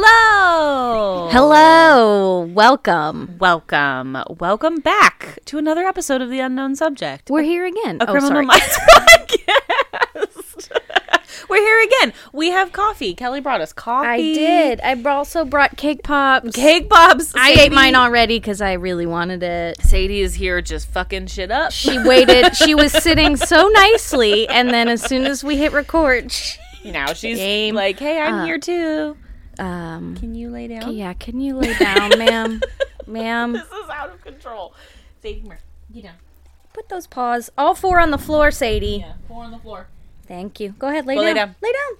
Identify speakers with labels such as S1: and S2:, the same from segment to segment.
S1: Hello.
S2: Hello, welcome.
S1: Welcome. Welcome back to another episode of The Unknown Subject.
S2: We're here again.
S1: a
S2: oh,
S1: Criminal
S2: sorry.
S1: Minds podcast. We're here again. We have coffee. Kelly brought us coffee.
S2: I did. I br- also brought cake pops.
S1: Cake pops.
S2: I
S1: Sadie-
S2: ate mine already because I really wanted it.
S1: Sadie is here just fucking shit up.
S2: She waited. she was sitting so nicely, and then as soon as we hit record, she,
S1: now she's
S2: Came
S1: like, hey, I'm
S2: up.
S1: here too.
S2: um,
S1: Can you lay down?
S2: yeah. Can you lay
S1: Oh,
S2: down, ma'am? Ma'am,
S1: This is out of control. Sadie, come here. Get down.
S2: put those paws, all four on the floor, Sadie.
S1: Yeah, four on the floor.
S2: Thank you. Go ahead, lay,
S1: Go
S2: down.
S1: lay
S2: lay
S1: down.
S2: down.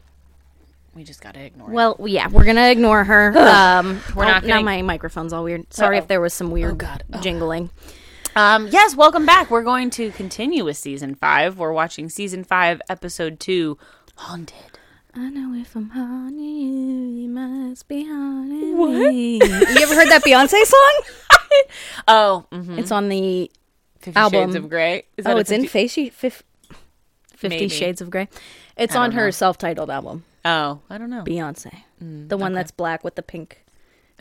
S1: We just gotta ignore
S2: Well, yeah, we're gonna ignore her. um,
S1: We're
S2: we're
S1: not
S2: not.
S1: gonna-
S2: Now my microphone's all weird. Sorry
S1: Uh-oh.
S2: if there was some weird
S1: God. Oh.
S2: jingling.
S1: it. Um, yes, welcome back. We're going to continue with season five. We're watching season five, episode two, Haunted.
S2: I know if I'm haunting you, you must be haunting what? me. You ever heard that Beyonce song?
S1: Oh, mm-hmm.
S2: It's on the
S1: Fifty Shades
S2: Album.
S1: of Grey. Is a
S2: oh, it's in
S1: 50
S2: Facey fif- Fifty
S1: Maybe.
S2: Shades of Grey. It's on her self-titled album,
S1: Oh, I don't know.
S2: Beyonce,
S1: Mm,
S2: the one that's black with the pink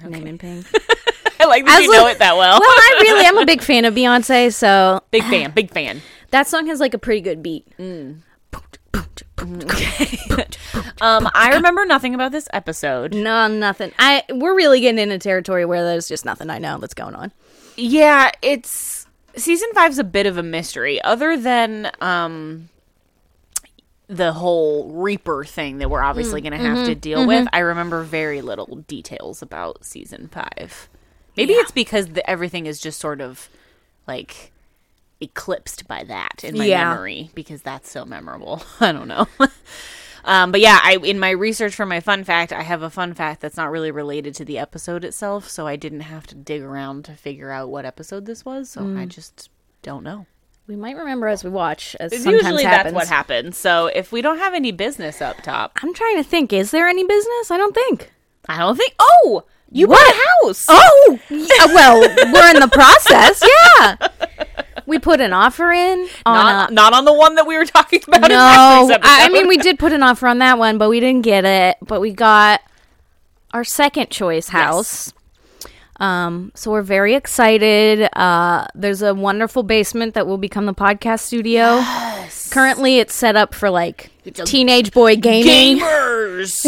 S2: name in pink.
S1: I like that you
S2: As a-
S1: know it that well.
S2: well, I really am a big fan of Beyonce, so
S1: big fan, big fan.
S2: that song has like a pretty good beat.
S1: Um, I remember nothing about this episode.
S2: No, nothing. I we're really getting into territory where there's just nothing I know that's going on.
S1: Yeah, it's season five's a bit of a mystery, other than um the whole Reaper thing that we're obviously going to have to deal with. I remember very little details about season five. Maybe it's because the, everything is just sort of like eclipsed by that in my
S2: Yeah.
S1: memory because that's so memorable. I don't know. Um, but yeah, I in my research for my fun fact, I have a fun fact that's not really related to the episode itself, so I didn't have to dig around to figure out what episode this was. So I just don't know.
S2: We might remember as we watch, as sometimes
S1: Usually that's
S2: happens.
S1: what happens. So if we don't have any business up top,
S2: I'm trying to think. Is there any business? I don't think.
S1: I don't think. Oh, you bought a house.
S2: Oh, well, we're in the process. Yeah, we put an offer in on.
S1: not,
S2: a-
S1: not on the one that we were talking about. in
S2: no,
S1: last week's
S2: I, I
S1: episode.
S2: mean we did put an offer on that one, but we didn't get it. But we got our second choice house. Um, so we're very excited. Uh, there's a wonderful basement that will become the podcast studio. Currently, it's set up for like teenage boy gaming.
S1: gamers.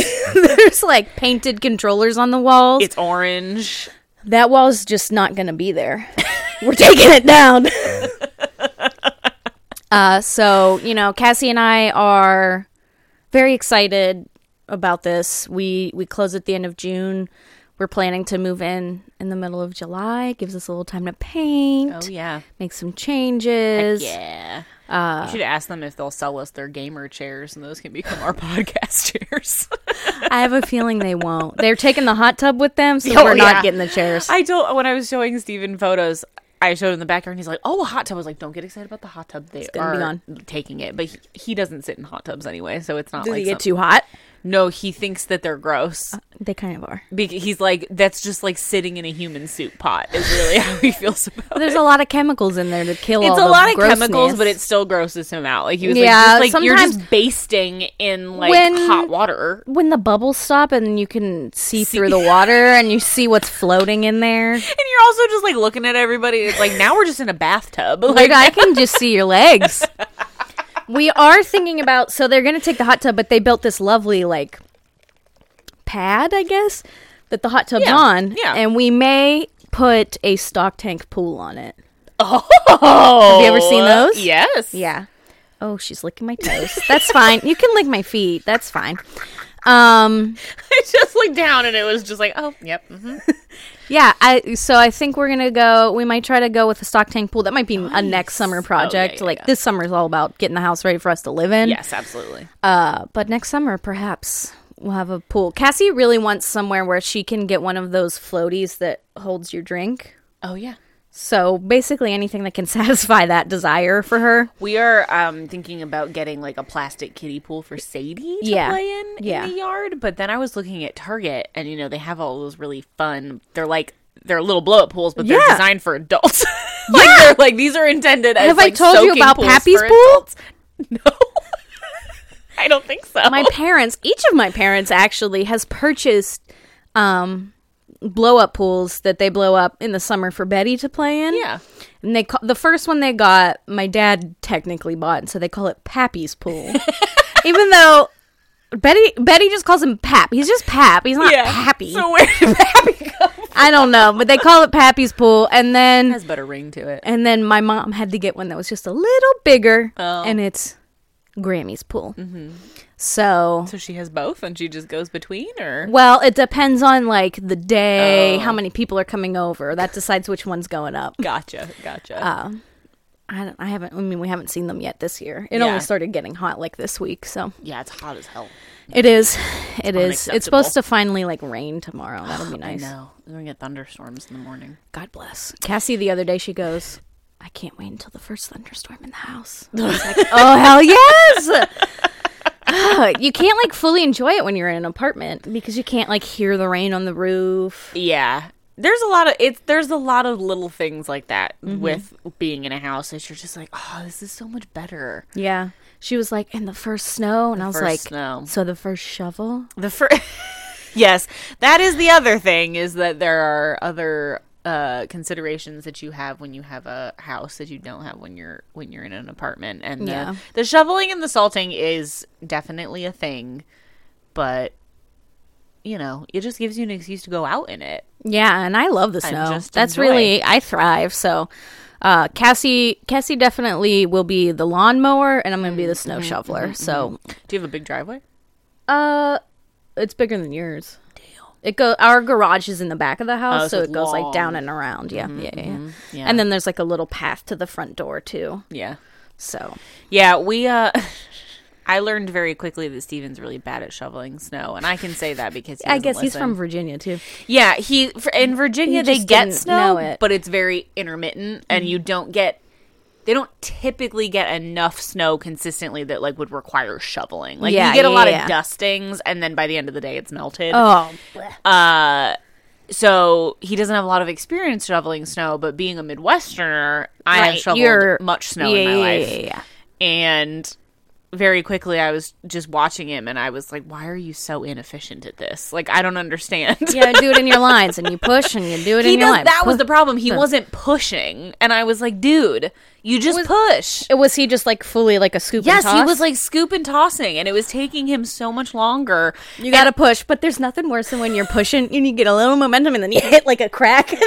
S2: there's like painted controllers on the walls.
S1: it's orange.
S2: That wall's just not going to be there. We're taking it down. uh, so, you know, Cassie and I are very excited about this. We we close at the end of June. We're planning to move in in the middle of July. Gives us a little time to paint,
S1: Oh yeah, Uh,
S2: make some changes.
S1: yeah. you should ask them if they'll sell us their gamer chairs, and those can become our podcast chairs.
S2: I have a feeling they won't. They're taking the hot tub with them, so
S1: Oh,
S2: we're
S1: yeah.
S2: not getting the chairs.
S1: I told when I was showing Steven photos, I showed him the backyard, and he's like, "Oh, a hot tub." I was like, "Don't get excited about the hot tub. They
S2: gonna
S1: are
S2: be on."
S1: taking it." But he, he doesn't sit in hot tubs anyway, so it's not
S2: Do
S1: like
S2: they get
S1: some-
S2: too hot?
S1: No, he thinks that they're gross.
S2: They kind of are.
S1: Bec- he's like, "That's just like sitting in a human soup pot." Is really how he feels about. it.
S2: There's a lot of chemicals in there to kill all
S1: It's a
S2: the
S1: lot of chemicals,
S2: grossness.
S1: but it still grosses him out. Like he was
S2: Yeah,
S1: like, just, like "You're just
S2: sometimes-
S1: basting in like
S2: When-
S1: hot water."
S2: when the bubbles stop and you can see, through the water and you see what's floating in there.
S1: And you're also just like looking at everybody. It's like now we're just in a bathtub. Like
S2: Like I can just see your legs. We are thinking about so they're going to take the hot tub but they built this lovely like pad, I guess, that the hot tub's
S1: Yeah,
S2: on
S1: yeah.
S2: and we may put a stock tank pool on it.
S1: Oh,
S2: Have you ever seen those?
S1: Yes.
S2: Yeah. Oh, she's licking my toes. That's fine. You can lick my feet. That's fine. Um
S1: I just looked down and it was just like, oh, yep. hmm
S2: Yeah, I so I think we're gonna go. We might try to go with a stock tank pool. That might be a next summer project.
S1: Oh, yeah,
S2: like
S1: yeah.
S2: this summer is all about getting the house ready for us to live in.
S1: Yes, absolutely.
S2: Uh, but next summer, perhaps We'll have a pool. Cassie really wants somewhere where she can get one of those floaties that holds your drink.
S1: Oh yeah.
S2: So basically, anything that can satisfy that desire for her.
S1: We are um, thinking about getting like a plastic kiddie pool for Sadie to
S2: Yeah.
S1: play in
S2: Yeah.
S1: in the yard. But then I was looking at Target, and you know they have all those really fun. They're like they're little blow up pools, but they're
S2: Yeah.
S1: designed for adults. like they're like these are intended. As,
S2: Have I
S1: like,
S2: told you
S1: soaking
S2: about
S1: pools
S2: Pappy's
S1: for
S2: pool?
S1: adults. No, I don't think so.
S2: My parents, each of my parents actually has purchased um, blow up pools that they blow up in the summer for Betty to play in.
S1: yeah,
S2: And they call, the first one they got, my dad technically bought, and so they call it Pappy's pool. Even though Betty Betty just calls him Pap. He's just Pap. He's not
S1: yeah.
S2: Pappy.
S1: So where did Pappy come? from?
S2: I don't know, but they call it Pappy's pool. And then
S1: Has better ring to it.
S2: and then my mom had to get one that was just a little bigger,
S1: Oh. Mm-hmm.
S2: and it's Grammy's pool. So
S1: So she has both, and she just goes between, or
S2: well, it depends on like the day,
S1: Oh.
S2: how many people are coming over. That decides which one's going up.
S1: gotcha, gotcha.
S2: Uh, I, don't, I haven't. I mean, we haven't seen them yet this year. It
S1: Yeah.
S2: only started getting hot like this week, so
S1: yeah, it's hot as hell.
S2: it is. It is.
S1: unacceptable.
S2: It's supposed to finally like rain tomorrow. That'll be nice.
S1: I know. We're gonna get thunderstorms in the morning.
S2: God bless. Cassie the other day she goes, I can't wait until the first thunderstorm in the house. I was like, oh hell yes. Ah, you can't like fully enjoy it when you're in an apartment because you can't like hear the rain on the roof.
S1: Yeah. There's a lot of it's there's a lot of little things like that with being in a house that you're just like, oh, this is so much better.
S2: Yeah. She was like, and the first snow, and I was
S1: first
S2: like,
S1: snow.
S2: so the first shovel.
S1: The first, yes, that is the other thing is that there are other uh, considerations that you have when you have a house that you don't have when you're when you're in an apartment, and the,
S2: Yeah.
S1: the shoveling and the salting is definitely a thing, but you know, it just gives you an excuse to go out in it.
S2: Yeah, and I love the snow.
S1: just
S2: That's
S1: enjoy.
S2: really I thrive. So, uh, Cassie, Cassie definitely will be the lawnmower, and I'm gonna be
S1: Mm-hmm,
S2: the snow shoveler. So,
S1: Do you have a big driveway?
S2: uh, it's bigger than yours. It go our garage is in the back of the house,
S1: Oh, so
S2: so
S1: it's
S2: it goes like
S1: long. Mm-hmm,
S2: down and around. Yeah, yeah, yeah, yeah.
S1: Yeah.
S2: And then there's like a little path to the front door too.
S1: Yeah.
S2: So
S1: Yeah, we uh I learned very quickly that Steven's really bad at shoveling snow, and I can say that because he
S2: I
S1: doesn't
S2: guess he's
S1: listen.
S2: from Virginia too.
S1: yeah he for, in Virginia
S2: He
S1: they
S2: just
S1: get
S2: didn't
S1: snow,
S2: know it.
S1: but it's very intermittent, and you don't get they don't typically get enough snow consistently that like would require shoveling. Like
S2: Yeah,
S1: you get a
S2: yeah,
S1: lot
S2: yeah.
S1: of dustings, and then by the end of the day it's melted.
S2: Oh,
S1: So he doesn't have a lot of experience shoveling snow, but being a Midwesterner, I have
S2: Right,
S1: shoveled
S2: you're-
S1: much snow
S2: yeah,
S1: in my
S2: yeah,
S1: life.
S2: yeah, yeah.
S1: And very quickly, I was just watching him, and I was like, "Why are you so inefficient at this? Like, I don't understand."
S2: yeah, do it in your lines, and you push, and you do it
S1: he
S2: in your
S1: does.
S2: lines.
S1: That was the problem. He wasn't pushing, and I was like, "Dude, you just push."
S2: was he just like fully like a scoop? and
S1: Yes, he
S2: toss?
S1: was like scoop and tossing, and it was taking him so much longer.
S2: You gotta push, but there's nothing worse than when you're pushing and you get a little momentum and then you hit like a crack and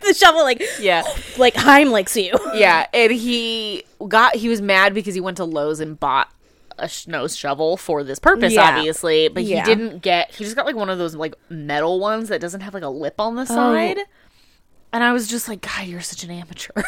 S2: the shovel like
S1: Yeah.
S2: like Heimlich's you.
S1: Yeah, and he got he was mad because he went to Lowe's and bought a snow shovel for this purpose,
S2: Yeah.
S1: obviously. But he
S2: Yeah.
S1: didn't get. He just got like one of those like metal ones that doesn't have like a lip on the side. And I was just like, God, you're such an amateur.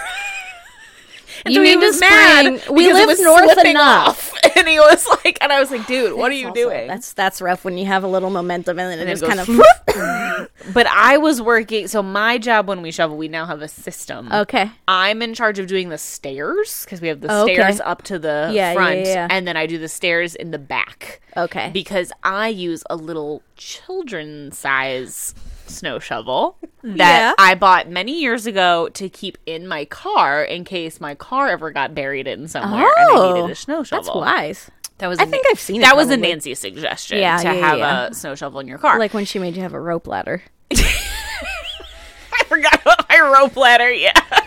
S1: And
S2: You
S1: so he
S2: need to
S1: was mad
S2: spring. We
S1: because it
S2: live
S1: was
S2: north
S1: slipping
S2: enough.
S1: off. And he was like, and I was like, dude, what are you
S2: Also,
S1: doing?
S2: That's that's rough when you have a little momentum and then it
S1: it
S2: just
S1: goes
S2: kind of
S1: but I was working. So my job when we shovel, we now have a system.
S2: okay.
S1: I'm in charge of doing the stairs because we have the
S2: Oh, Okay.
S1: stairs up to the
S2: Yeah, yeah,
S1: front,
S2: yeah.
S1: and then I do the stairs in the back.
S2: Okay.
S1: Because I use a little children size snow shovel that
S2: Yeah.
S1: I bought many years ago to keep in my car in case my car ever got buried in somewhere and I
S2: Oh,
S1: needed a snow shovel.
S2: that's wise.
S1: That was
S2: I
S1: a
S2: think
S1: Na-
S2: I've seen it,
S1: that was a
S2: probably.
S1: Nancy suggestion
S2: Yeah,
S1: to
S2: yeah,
S1: have
S2: yeah.
S1: a snow shovel in your car.
S2: Like when she made you have a rope ladder.
S1: I forgot about my rope ladder. Yeah.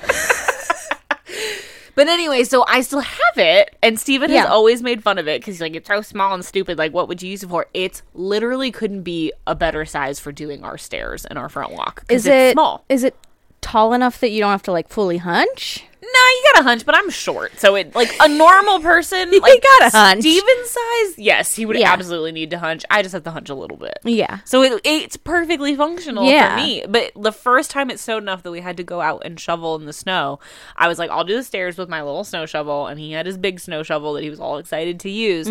S1: but anyway, so I still have it, and Steven
S2: Yeah.
S1: has always made fun of it because he's like, it's so small and stupid. Like, what would you use it for? It's literally couldn't be a better size for doing our stairs and our front walk. 'cause
S2: Is it
S1: it's small?
S2: Is it tall enough that you don't have to like fully hunch?
S1: No, you got a hunch, but I'm short, so it like a normal person. Like,
S2: got a hunch.
S1: Steven size, yes, he would
S2: Yeah.
S1: absolutely need to hunch. I just have to hunch a little bit.
S2: Yeah.
S1: So it, it's perfectly functional
S2: Yeah.
S1: for me. But the first time it snowed enough that we had to go out and shovel in the snow, I was like, I'll do the stairs with my little snow shovel. And he had his big snow shovel that he was all excited to use.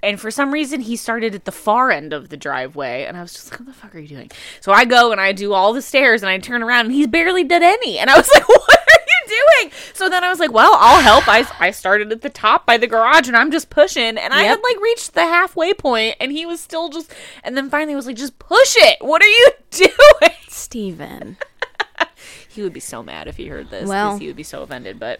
S1: And for some reason, he started at the far end of the driveway, and I was just like, "What the fuck are you doing?" So I go and I do all the stairs, and I turn around, and he's barely did any, and I was like, "What are you doing?" So then I was like, "Well, I'll help." I I started at the top by the garage, and I'm just pushing, and I
S2: Yep.
S1: had like reached the halfway point, and he was still just, and then finally was like, "Just push it! What are you doing?"
S2: Steven.
S1: He would be so mad if he heard this. 'cause
S2: Well.
S1: he would be so offended. But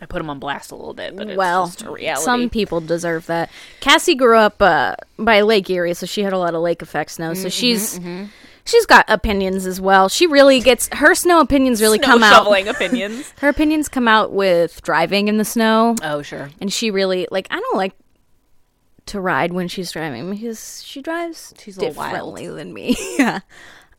S1: I put him on blast a little bit. But it's
S2: well,
S1: just a reality.
S2: some people deserve that. Cassie grew up uh, by Lake Erie, so she had a lot of lake effects snow.
S1: Mm-hmm,
S2: So she's she's got opinions as well. She really gets her snow opinions really
S1: Snow
S2: come
S1: shoveling
S2: out.
S1: opinions.
S2: Her opinions come out with driving in the snow,
S1: Oh sure.
S2: and she really like. I don't like to ride when she's driving because she drives
S1: She's a little wild.
S2: differently than me. yeah.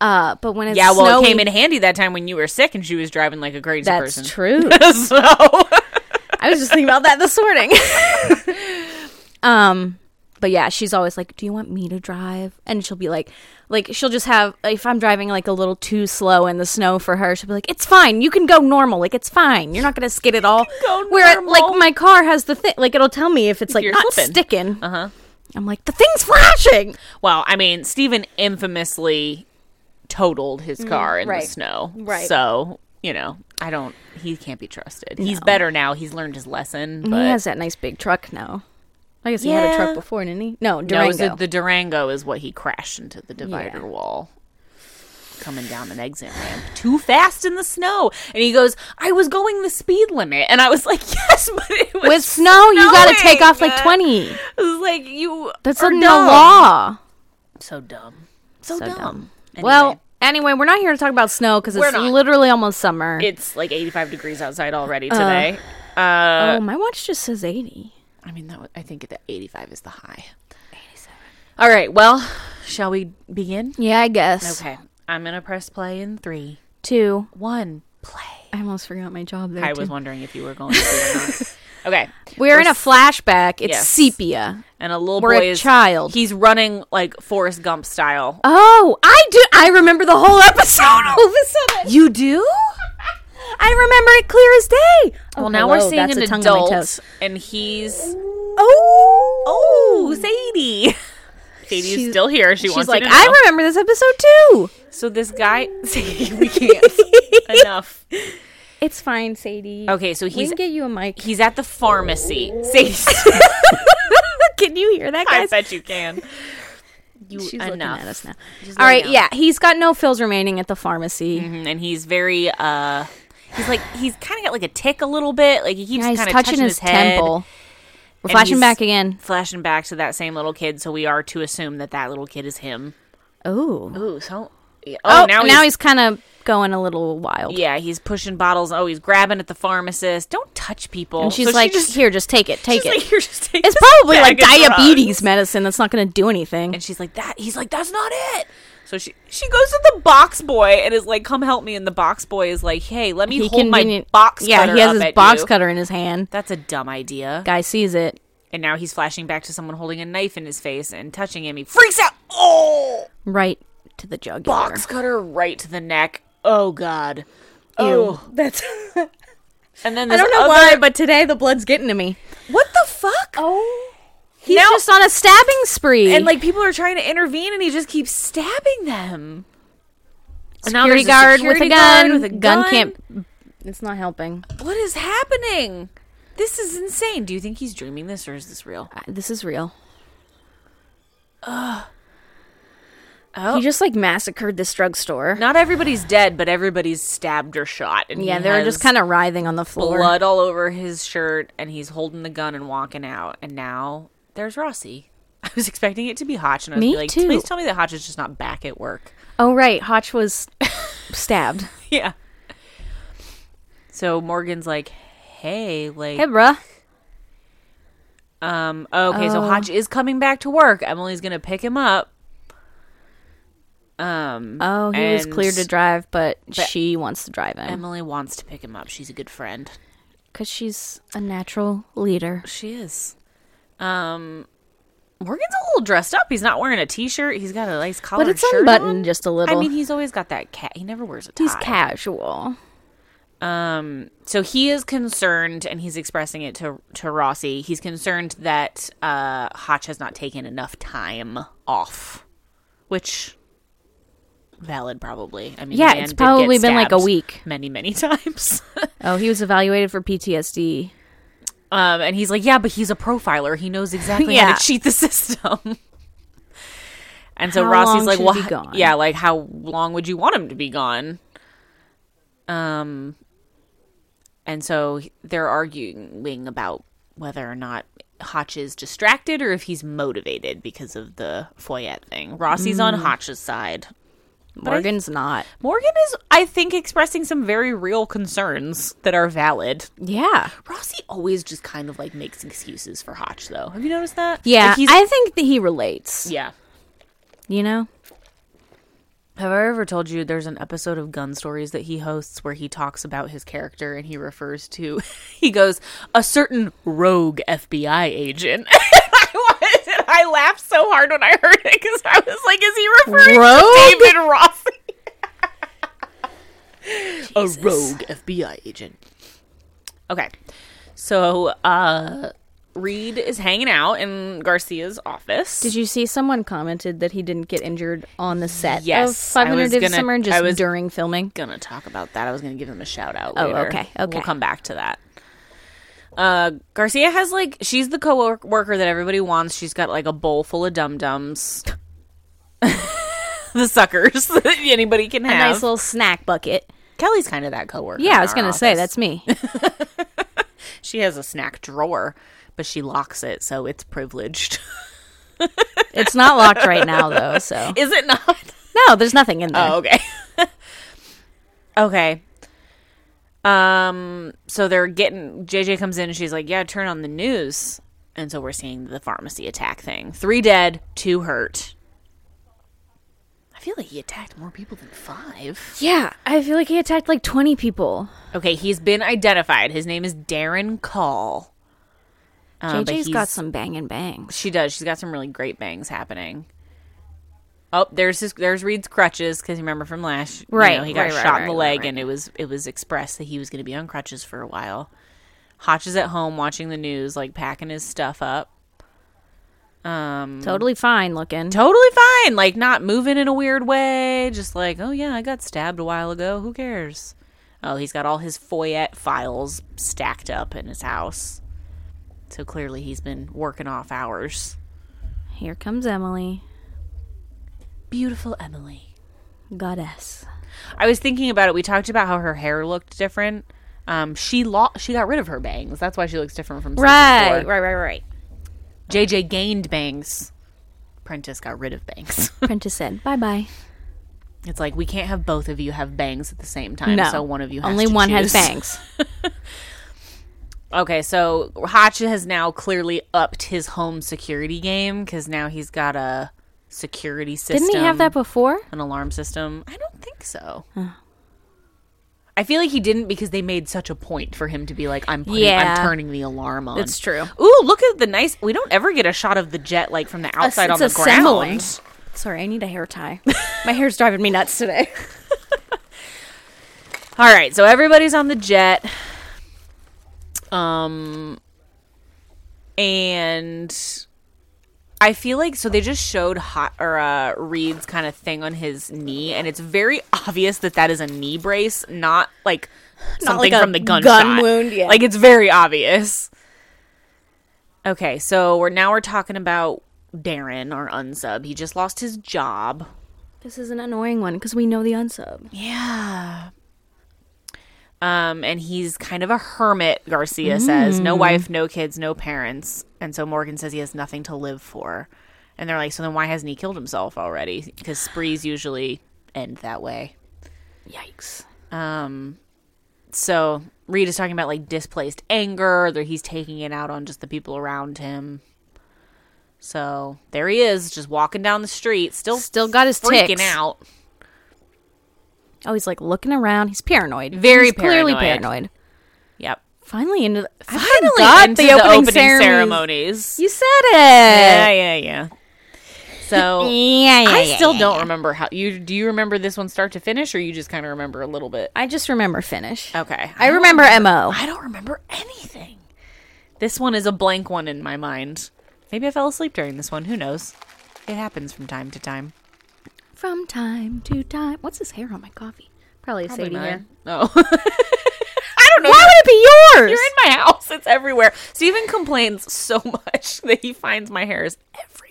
S2: Uh, but when it's
S1: Yeah, well,
S2: snowy,
S1: it came in handy that time when you were sick and she was driving like a crazy
S2: That's
S1: person.
S2: true.
S1: so
S2: I was just thinking about that this morning. um, but yeah, she's always like, "Do you want me to drive?" And she'll be like, like she'll just have if I'm driving like a little too slow in the snow for her, she'll be like, "It's fine. You can go normal. Like it's fine. You're not gonna skid at all."
S1: go
S2: Where
S1: normal.
S2: like my car has the thing, like it'll tell me if it's like
S1: you're
S2: not
S1: slipping.
S2: sticking. Uh huh. I'm like, the thing's flashing.
S1: well, I mean, Steven infamously totaled his car in
S2: Mm, right.
S1: the snow.
S2: Right.
S1: So, you know, I don't he can't be trusted. He's better now. He's learned his lesson, but
S2: he has that nice big truck now. I guess he had a
S1: Yeah.
S2: truck before, didn't he? No,
S1: No, it was
S2: Durango.
S1: the, the Durango is what he crashed into the divider
S2: Yeah.
S1: wall coming down an exit ramp too fast in the snow. And he goes, I was going the speed limit. And I was like, yes, but it was.
S2: With snow, you got to take off like
S1: snowing.
S2: 20.
S1: I was like, you.
S2: That's
S1: are
S2: in the
S1: dumb.
S2: law.
S1: So dumb. So, dumb. Anyway,
S2: Well, anyway, we're not here to talk about snow because
S1: We're
S2: it's
S1: not.
S2: literally almost summer.
S1: it's like 85 degrees outside already today. Uh,
S2: oh, my watch just says 80.
S1: I mean, that wa- I think that 85 is the high. 87. All right. Well, shall we begin?
S2: Yeah, I guess.
S1: Okay. I'm going to press play in three,
S2: Two.
S1: one, play.
S2: I almost forgot my job there.
S1: I was wondering if you were going to do or not. Okay.
S2: We're, in a flashback. It's
S1: Yes.
S2: sepia.
S1: And a little
S2: We're a
S1: boy is
S2: child.
S1: He's running like Forrest Gump style.
S2: Oh, I do. I remember the whole episode all of a sudden.
S1: You do?
S2: I remember it clear as day. Oh,
S1: Well, now
S2: hello,
S1: we're seeing
S2: that's
S1: an
S2: a tongue on my
S1: adult,
S2: toes.
S1: and he's
S2: Oh,
S1: oh Sadie. Sadie's
S2: She's-
S1: still here. She
S2: She's
S1: wants
S2: like,
S1: you to know.
S2: I remember this episode too.
S1: so this guy, Sadie, we can't enough.
S2: It's fine, Sadie.
S1: Okay, so
S2: we
S1: he's
S2: can get you a mic.
S1: he's at the pharmacy. Sadie,
S2: can you hear that,
S1: I
S2: guys?
S1: bet you can. You
S2: She's
S1: enough.
S2: looking at us now.
S1: Just
S2: All
S1: lay
S2: right,
S1: down.
S2: yeah, he's got no fills remaining at the pharmacy.
S1: Mhm, and he's very uh he's like he's kind of got like a tick a little bit like he keeps
S2: Yeah, he's
S1: kind of
S2: touching,
S1: touching,
S2: his,
S1: head
S2: temple. We're
S1: and
S2: flashing
S1: he's-
S2: back again.
S1: flashing back to that same little kid so we are to assume that that little kid is him
S2: Ooh.
S1: ooh so oh,
S2: Oh,
S1: now,
S2: now
S1: he's,
S2: he's, kind of going a little wild.
S1: yeah he's pushing bottles oh he's grabbing at the pharmacist don't touch people
S2: and she's
S1: So she
S2: like,
S1: just-
S2: "Here, just take it, take
S1: she's
S2: it."
S1: like, "You're just taking
S2: it's
S1: this
S2: probably like
S1: bag of drugs."
S2: diabetes medicine that's not going to do anything.
S1: and she's like that he's like that's not it so she she goes to the box boy and is like come help me and the box boy is like hey let me hold my
S2: convenient-
S1: box
S2: Yeah,
S1: cutter
S2: he has
S1: up
S2: his
S1: at
S2: box
S1: you."
S2: cutter in his hand.
S1: that's a dumb idea
S2: Guy sees it.
S1: And now he's flashing back to someone holding a knife in his face and touching him. He freaks out. Oh!
S2: Right to the jugular.
S1: Box cutter right to the neck. Oh, God. Oh.
S2: That's I
S1: And then this
S2: don't know
S1: other-
S2: why, but today the blood's getting to me.
S1: What the fuck?
S2: Oh. He's
S1: Now-
S2: just on a stabbing spree.
S1: And, like, people are trying to intervene, and he just keeps stabbing them. And now there's
S2: security
S1: a
S2: guard with
S1: security
S2: a
S1: guard
S2: gun.
S1: with a gun.
S2: gun can't. It's not helping.
S1: What is happening? This is insane. Do you think he's dreaming this, or is this real?
S2: I- Uh, This is real.
S1: Oh.
S2: He just like massacred this drugstore.
S1: Not everybody's dead, but everybody's stabbed or shot. And
S2: yeah,
S1: he
S2: they're
S1: has-
S2: just kind of writhing on the floor.
S1: blood all over his shirt and he's holding the gun and walking out and now there's rossi i was expecting it to be hotch and i was
S2: Me
S1: like
S2: too.
S1: please tell me that hotch is just not back at work
S2: Oh right, Hotch was stabbed.
S1: yeah so morgan's like hey like
S2: Hey, bruh.
S1: um okay
S2: uh,
S1: so hotch is coming back to work emily's gonna pick him up um
S2: Oh, he was
S1: and
S2: cleared to drive, but, she wants to drive him
S1: emily wants to pick him up she's a good friend
S2: because she's a natural leader.
S1: she is um Morgan's a little dressed up. He's not wearing a t-shirt. He's got a nice collar.
S2: But it's
S1: shirt on.
S2: unbuttoned just a
S1: I
S2: little.
S1: mean, he's always got that cat. He never wears a tie.
S2: he's casual.
S1: Um, so he is concerned, and he's expressing it to to Rossi. He's concerned that uh, Hotch has not taken enough time off, which valid probably. I mean,
S2: Yeah,
S1: the man
S2: it's
S1: did get
S2: probably been, like, a
S1: stabbed
S2: week.
S1: many many times.
S2: Oh, he was evaluated for PTSD.
S1: Um, and he's like, yeah, but he's a profiler. He knows exactly how
S2: Yeah.
S1: to cheat the system. and so
S2: How
S1: Rossi's
S2: long
S1: like,
S2: should
S1: well,
S2: he be gone?
S1: yeah, like how long would you want him to be gone? Um, and so he- they're arguing about whether or not Hotch is distracted or if he's motivated because of the Foyette thing. Rossi's
S2: Mm.
S1: on Hotch's side. I-
S2: Morgan's not.
S1: Morgan is, I think, expressing some very real concerns that are valid.
S2: Yeah.
S1: Rossi always just kind of like makes excuses for Hotch, though. Have you noticed that?
S2: Yeah.
S1: Like, he's,
S2: I think that he relates.
S1: yeah.
S2: You know?
S1: Have I ever told you there's an episode of Gun Stories that he hosts where he talks about his character and he refers to, he goes, a certain rogue FBI agent. I was- and I laughed so hard when I heard it because I was like, is he referring
S2: Rogue?
S1: to David Rossi? a rogue FBI agent. Okay. So, uh, Reed is hanging out in Garcia's office.
S2: Did you see someone commented that he didn't get injured on the set of
S1: Yes, I
S2: 500
S1: was
S2: Days of
S1: gonna-
S2: Summer, just
S1: I was-
S2: during filming?
S1: gonna talk about that. I was gonna give him a shout out.
S2: Oh,
S1: later.
S2: okay, okay.
S1: We'll come back to that. Uh, Garcia has like she's the co-worker that everybody wants. She's got like a bowl full of dum dums, the suckers that anybody can
S2: A
S1: have.
S2: nice little snack bucket.
S1: Kelly's kind of that coworker.
S2: Yeah,
S1: in
S2: I was
S1: our
S2: going to say,
S1: office.
S2: that's me.
S1: she has a snack drawer, but she locks it, so it's privileged.
S2: it's not locked right now, though, so.
S1: Is it not?
S2: No, there's nothing in there.
S1: Oh, okay. okay. Um, so they're getting JJ comes in and she's like, "Yeah, turn on the news." And so we're seeing the pharmacy attack thing. Three dead, two hurt. I feel like he attacked more people than five.
S2: Yeah, I feel like he attacked like 20 people.
S1: Okay, he's been identified. His name is Darren Call. Um, but
S2: JJ's
S1: he's-
S2: got some bang and bangs.
S1: She does. She's got some really great bangs happening. Oh, there's his, there's Reed's crutches because remember from last, you
S2: Right,
S1: know, he got
S2: right, right,
S1: shot in the
S2: right,
S1: leg,
S2: right,
S1: and it was it was expressed that he was going to be on crutches for a while. Hotch is at home watching the news, like packing his stuff up. Um,
S2: Totally fine looking.
S1: totally fine, like not moving in a weird way, just like oh yeah, I got stabbed a while ago. Who cares? Oh, he's got all his Foyette files stacked up in his house, so clearly he's been working off hours.
S2: Here comes Emily,
S1: beautiful Emily.
S2: goddess.
S1: I was thinking about it. We talked about how her hair looked different. Um, she lo- she got rid of her bangs. That's why she looks different from season four.
S2: right, right, right.
S1: JJ gained bangs. Prentice got rid of bangs.
S2: Prentice said, bye bye.
S1: it's like we can't have both of you have bangs at the same time. So one of you has
S2: Only
S1: to
S2: one
S1: choose.
S2: has bangs.
S1: Okay, so Hotch has now clearly upped his home security game because now he's got a security system.
S2: Didn't he have that before?
S1: an alarm system? I don't think so. I feel like he didn't because they made such a point for him to be like, "I'm putting,
S2: Yeah.
S1: I'm turning the alarm on."
S2: It's true.
S1: Ooh, look at the nice. We don't ever get a shot of the jet like from the outside on the
S2: it's assembling.
S1: ground.
S2: Sorry, I need a hair tie. My hair's driving me nuts today.
S1: All right, so everybody's on the jet. Um, and I feel like so they just showed hot or uh, Reed's kind of thing on his knee, and it's very obvious that that is a knee brace, not like something
S2: like a
S1: from the
S2: gun
S1: gunshot
S2: wound, yeah.
S1: like it's very obvious. Okay, so we're now we're talking about Darren, our unsub. He just lost his job.
S2: This is an annoying one because we know the unsub.
S1: Yeah. Um, and he's kind of a hermit, Garcia says.
S2: Mm.
S1: No wife, no kids, no parents. And so Morgan says he has nothing to live for. And they're like, so then why hasn't he killed himself already? Because sprees usually end that way.
S2: Yikes.
S1: Um, so Reed is talking about like displaced anger, that he's taking it out on just the people around him. So there he is, just walking down the street, still
S2: Still got his
S1: freaking
S2: ticks.
S1: out.
S2: Oh, he's like looking around. He's paranoid.
S1: Very
S2: He's clearly
S1: paranoid.
S2: paranoid.
S1: Yep.
S2: Finally into the, I
S1: Finally
S2: forgot
S1: into
S2: the opening, ceremonies.
S1: ceremonies.
S2: You said it.
S1: yeah, yeah. So
S2: Yeah, yeah,
S1: I
S2: yeah,
S1: still
S2: yeah,
S1: don't remember how you do you remember this one start to finish or you just kind of remember a little bit?
S2: I just remember finish.
S1: Okay.
S2: I remember
S1: Oh.
S2: MO.
S1: I don't remember anything. This one is a blank one in my mind. Maybe I fell asleep during this one, who knows? It happens from time to time.
S2: From time to time. What's his hair on my coffee? Probably, Sadie hair.
S1: Oh. I don't know.
S2: Why would it be yours?
S1: You're in my house. It's everywhere. Steven complains so much that he finds my hair is everywhere.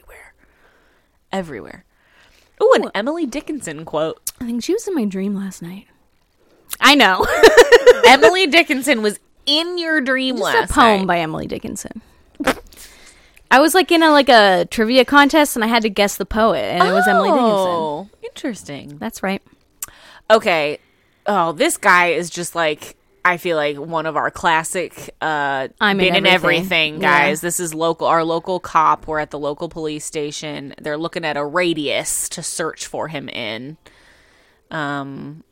S1: Everywhere. Ooh, an Emily Dickinson quote.
S2: I think she was in my dream last night. I know.
S1: Emily Dickinson was in your dream
S2: It's
S1: last
S2: a poem
S1: night.
S2: by Emily Dickinson. I was like in a like a trivia contest and I had to guess the poet and it was Emily Dickinson.
S1: Oh, interesting.
S2: That's right.
S1: Okay. Oh, this guy is just like I feel like one of our classic uh
S2: I'm in
S1: been in
S2: everything.
S1: everything
S2: Yeah.
S1: guys. This is local our local cop. We're at the local police station. They're looking at a radius to search for him in. Um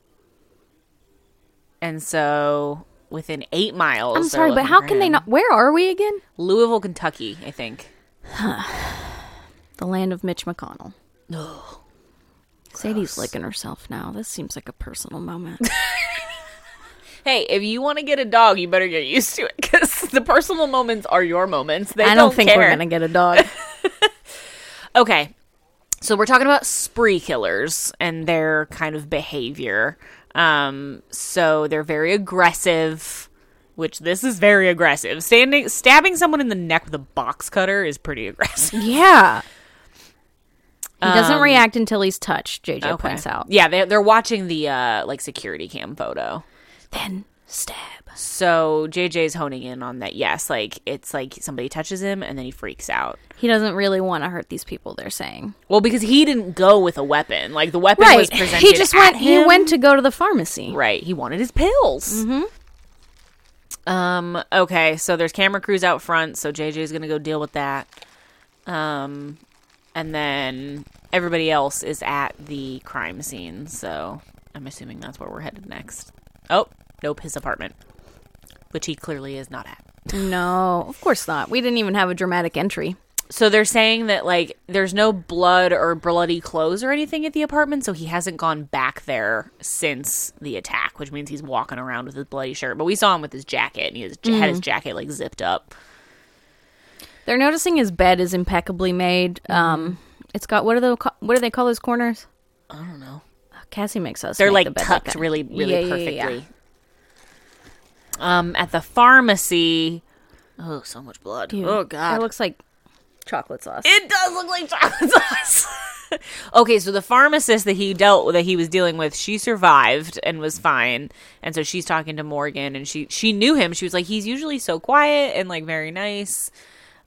S1: and so within 8 miles.
S2: I'm
S1: they're
S2: sorry, but
S1: looking
S2: how
S1: for
S2: can they
S1: him.
S2: not where are we again?
S1: Louisville, Kentucky, I think.
S2: The land of Mitch McConnell.
S1: No.
S2: Sadie's licking herself now. This seems like a personal moment.
S1: Hey, if you want to get a dog, you better get used to it because the personal moments are your moments. They
S2: I don't, think we're
S1: care.
S2: gonna get a dog.
S1: Okay. So we're talking about spree killers and their kind of behavior. Um, so they're very aggressive, which this is very aggressive. Standing stabbing someone in the neck with a box cutter is pretty aggressive.
S2: yeah. He doesn't react until he's touched, JJ points out.
S1: Um, Yeah, they they're watching the uh like security cam photo.
S2: Then stab.
S1: So JJ's honing in on that. Yes, like it's like somebody touches him and then he freaks out.
S2: He doesn't really want to hurt these people, they're saying.
S1: Well, because he didn't go with a weapon. Like the weapon was presented.
S2: He just went
S1: at
S2: he
S1: him.
S2: went to go to the pharmacy.
S1: Right. He wanted his pills. Um. Okay. So there's camera crews out front. So JJ's gonna go deal with that. Um, and then everybody else is at the crime scene. So I'm assuming that's where we're headed next. Oh, nope. His apartment, which he clearly is not at.
S2: No, of course not. We didn't even have a dramatic entry.
S1: So they're saying that like there's no blood or bloody clothes or anything at the apartment, so he hasn't gone back there since the attack, which means he's walking around with his bloody shirt. But we saw him with his jacket, and he has, had his jacket like zipped up.
S2: They're noticing his bed is impeccably made. Um, it's got what are the co- what do they call those corners? Uh,
S1: I don't know.
S2: Cassie makes us.
S1: They're
S2: make the
S1: like
S2: bed
S1: tucked
S2: that.
S1: really, really
S2: Yeah, yeah,
S1: perfectly.
S2: yeah, yeah.
S1: Um, at the pharmacy. Oh, so much blood.
S2: Dude,
S1: oh God,
S2: Mm-hmm. it looks like chocolate sauce.
S1: It does look like chocolate sauce. okay, so the pharmacist that he dealt that he was dealing with, she survived and was fine. And so she's talking to Morgan and she she knew him. She was like, He's usually so quiet and like very nice.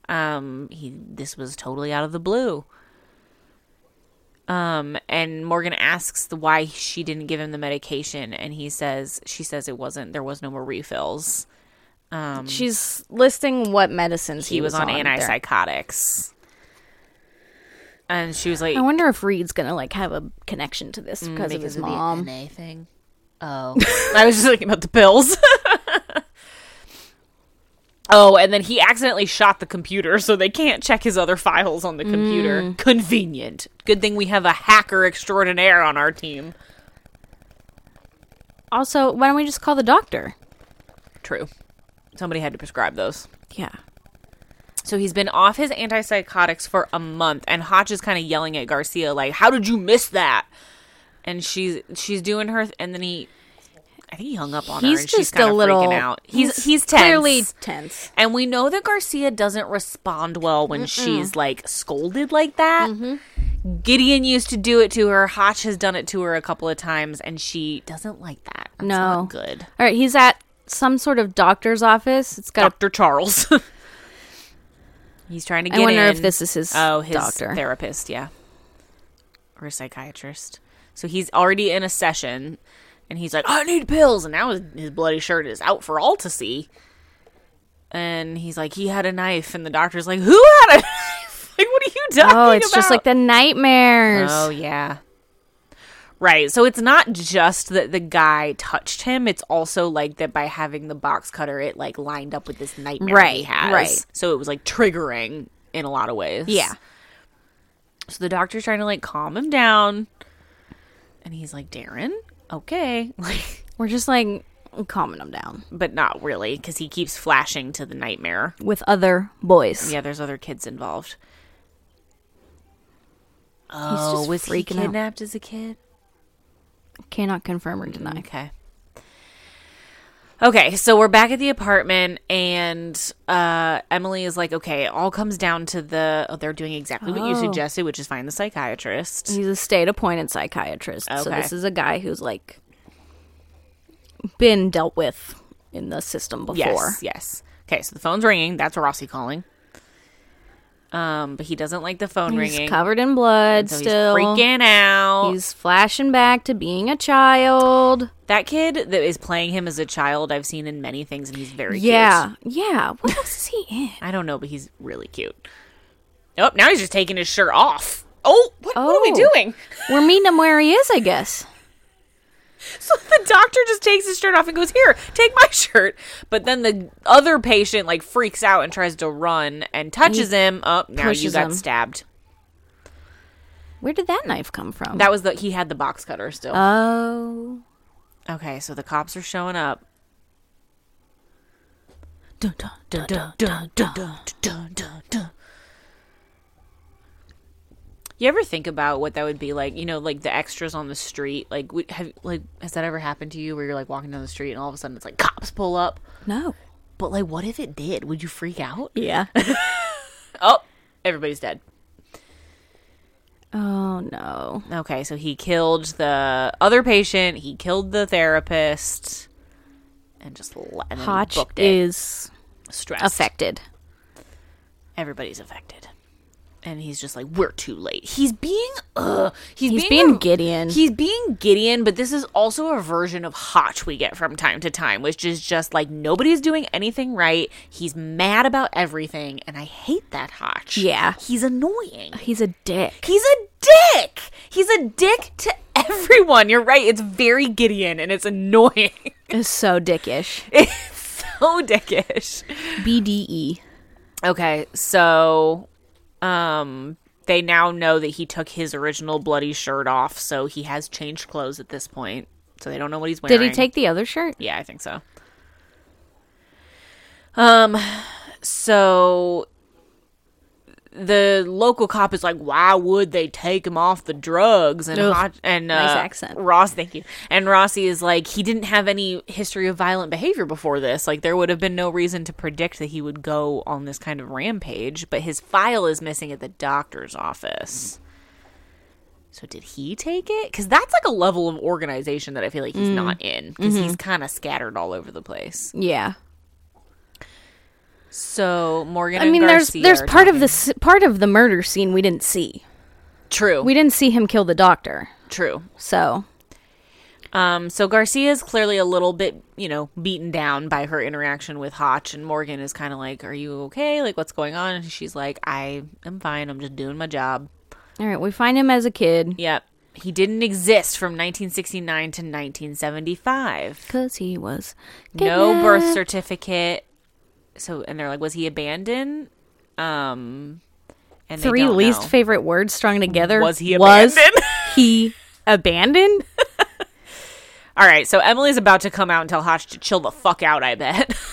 S1: Um he this was totally out of the blue. Um and Morgan asks the why she didn't give him the medication and he says she says it wasn't there was no more refills.
S2: Mm-hmm. She's listing what medicines he,
S1: He was on
S2: there.
S1: antipsychotics. And she was like
S2: I wonder if Reed's gonna like have a connection Mm, to this because of his mom.
S1: NA thing. Oh, I was just thinking about the pills. oh, and then he accidentally shot the computer, so they can't check his other files on the computer.
S2: Mm.
S1: Convenient. Good thing we have a hacker extraordinaire on our team.
S2: also, why don't we just call the doctor?
S1: True. Somebody had to prescribe those.
S2: Yeah.
S1: So he's been off his antipsychotics for a month, and Hotch is kind of yelling at Garcia, like, "How did you miss that?" And she's she's doing her, and then he, I think he hung up on her.
S2: He's
S1: and
S2: just
S1: she's kinda
S2: a little.
S1: freaking out. He's he's tense.
S2: clearly tense.
S1: And we know that Garcia doesn't respond well when she's like scolded like that. Gideon used to do it to her. Hotch has done it to her a couple of times, and she doesn't like that. That's
S2: No.
S1: not good.
S2: All right, he's at some sort of doctor's office. It's got a
S1: Doctor Charles. He's trying to
S2: I
S1: get.
S2: wonder if
S1: in.
S2: this is his
S1: oh his
S2: doctor.
S1: therapist, yeah, or psychiatrist. So he's already in a session, and he's like, "I need pills," and now his, his bloody shirt is out for all to see. And he's like, "He had a knife," and the doctor's like, "Who had a knife? like, what are you talking
S2: Oh, it's just
S1: about?"
S2: like the nightmares.
S1: Oh yeah. Right. So it's not just that the guy touched him, it's also like that by having the box cutter it like lined up with this nightmare he
S2: Right,
S1: has.
S2: right.
S1: So it was like triggering in a lot of ways.
S2: Yeah.
S1: So the doctor's trying to like calm him down, and he's like, "Darren, okay," like,
S2: We're just like calming them down
S1: but not really because he keeps flashing to the nightmare.
S2: with other boys.
S1: Yeah, there's other kids involved.
S2: He's
S1: Oh,
S2: just
S1: was he
S2: freaking out.
S1: kidnapped as a kid?
S2: Cannot confirm or deny.
S1: Okay. Okay, so we're back at the apartment, and uh, Emily is like, "Okay, it all comes down to the oh, they're doing exactly what you
S2: Oh.
S1: suggested, which is find the psychiatrist."
S2: He's a state appointed psychiatrist. So
S1: Okay.
S2: this is a guy who's like been dealt with in the system before.
S1: Yes, yes. Okay, so the phone's ringing. That's Rossi calling. Um, but he doesn't like the phone
S2: He's
S1: ringing,
S2: covered in blood
S1: so
S2: still.
S1: he's freaking out.
S2: He's flashing back to being a child.
S1: that kid that is playing him as a child, I've seen in many things, and he's very cute.
S2: Yeah. Yeah. What else is he in?
S1: I don't know, but he's really cute. Oh, now he's just taking his shirt off. Oh, what, what are we
S2: Oh.
S1: doing?
S2: We're meeting him where he is, I guess.
S1: So the doctor just takes his shirt off and goes, "Here, take my shirt." But then the other patient like freaks out and tries to run and touches him. Up now you
S2: pushes
S1: got
S2: him.
S1: stabbed.
S2: Where did that knife come from?
S1: That was the he had the box cutter still.
S2: oh.
S1: okay, so the cops are showing up.
S2: Dun, dun, dun, dun, dun, dun.
S1: You ever think about what that would be like? You know, like the extras on the street. Like, would- have like has that ever happened to you where you're like walking down the street and all of a sudden it's like cops pull up?
S2: No.
S1: But like, what if it did? Would you freak out?
S2: Yeah.
S1: Oh, everybody's dead.
S2: oh no.
S1: Okay, so he killed the other patient. He killed the therapist, and just le- and then
S2: Hotch
S1: booked it.
S2: is
S1: Stressed.
S2: affected.
S1: Everybody's affected, and he's just like, "We're too late." He's being, uh, he's,
S2: He's
S1: being,
S2: being
S1: a-
S2: Gideon.
S1: He's being Gideon, but this is also a version of Hotch we get from time to time, which is just like nobody's doing anything right. He's mad about everything, and I hate that Hotch.
S2: Yeah.
S1: he's annoying.
S2: He's a dick.
S1: He's a dick. He's a dick to everyone. You're right. It's very Gideon and it's annoying.
S2: It's so dickish.
S1: It's so dickish.
S2: BDE.
S1: Okay, so um they now know that he took his original bloody shirt off, so he has changed clothes at this point. So they don't know what he's wearing.
S2: Did he take the other shirt?
S1: Yeah, I think so. Um, so the local cop is like, "Why would they take him off the drugs?" And
S2: Ugh,
S1: Hot- and uh,
S2: nice accent.
S1: Ross, thank you. And Rossi is like, he didn't have any history of violent behavior before this. Like, there would have been no reason to predict that he would go on this kind of rampage. But his file is missing at the doctor's office. So did he take it? Because that's like a level of organization that I feel like he's
S2: Mm.
S1: not in because
S2: Mm-hmm.
S1: he's kind of scattered all over the place.
S2: Yeah.
S1: So Morgan,
S2: I mean,
S1: and
S2: there's
S1: Garcia
S2: there's
S1: are
S2: part of
S1: talking-
S2: this part of the murder scene we didn't see.
S1: true,
S2: We didn't see him kill the doctor.
S1: true.
S2: So
S1: Um, so Garcia is clearly a little bit, you know, beaten down by her interaction with Hotch, and Morgan is kind of like, "Are you okay? Like, what's going on?" And she's like, "I am fine. I'm just doing my job."
S2: all right, we find him as a kid
S1: Yep, he didn't exist from 1969 to 1975.
S2: because he was
S1: no
S2: kidnapped.
S1: birth certificate. So and they're like, was he abandoned? Um, and they
S2: Three
S1: don't
S2: least
S1: know.
S2: favorite words strung together.
S1: Was he abandoned?
S2: he abandoned?
S1: All right, so Emily's about to come out and tell Hotch to chill the fuck out. I bet.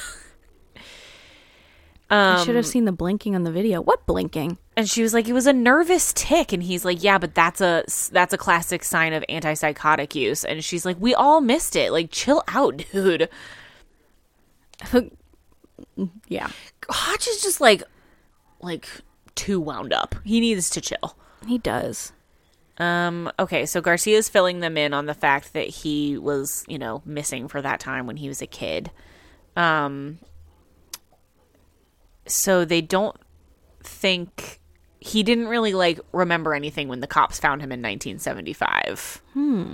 S1: Um,
S2: I should have seen the blinking on the video. What blinking?
S1: and she was like, it was a nervous tick, and he's like, yeah, but that's a that's a classic sign of antipsychotic use. And she's like, we all missed it. Like, chill out, dude.
S2: yeah,
S1: Hotch is just like, like too wound up. He needs to chill.
S2: he does.
S1: Um, okay, so Garcia's filling them in on the fact that he was, you know, missing for that time when he was a kid. Um, so they don't think he didn't really like remember anything when the cops found him in 1975. Hmm.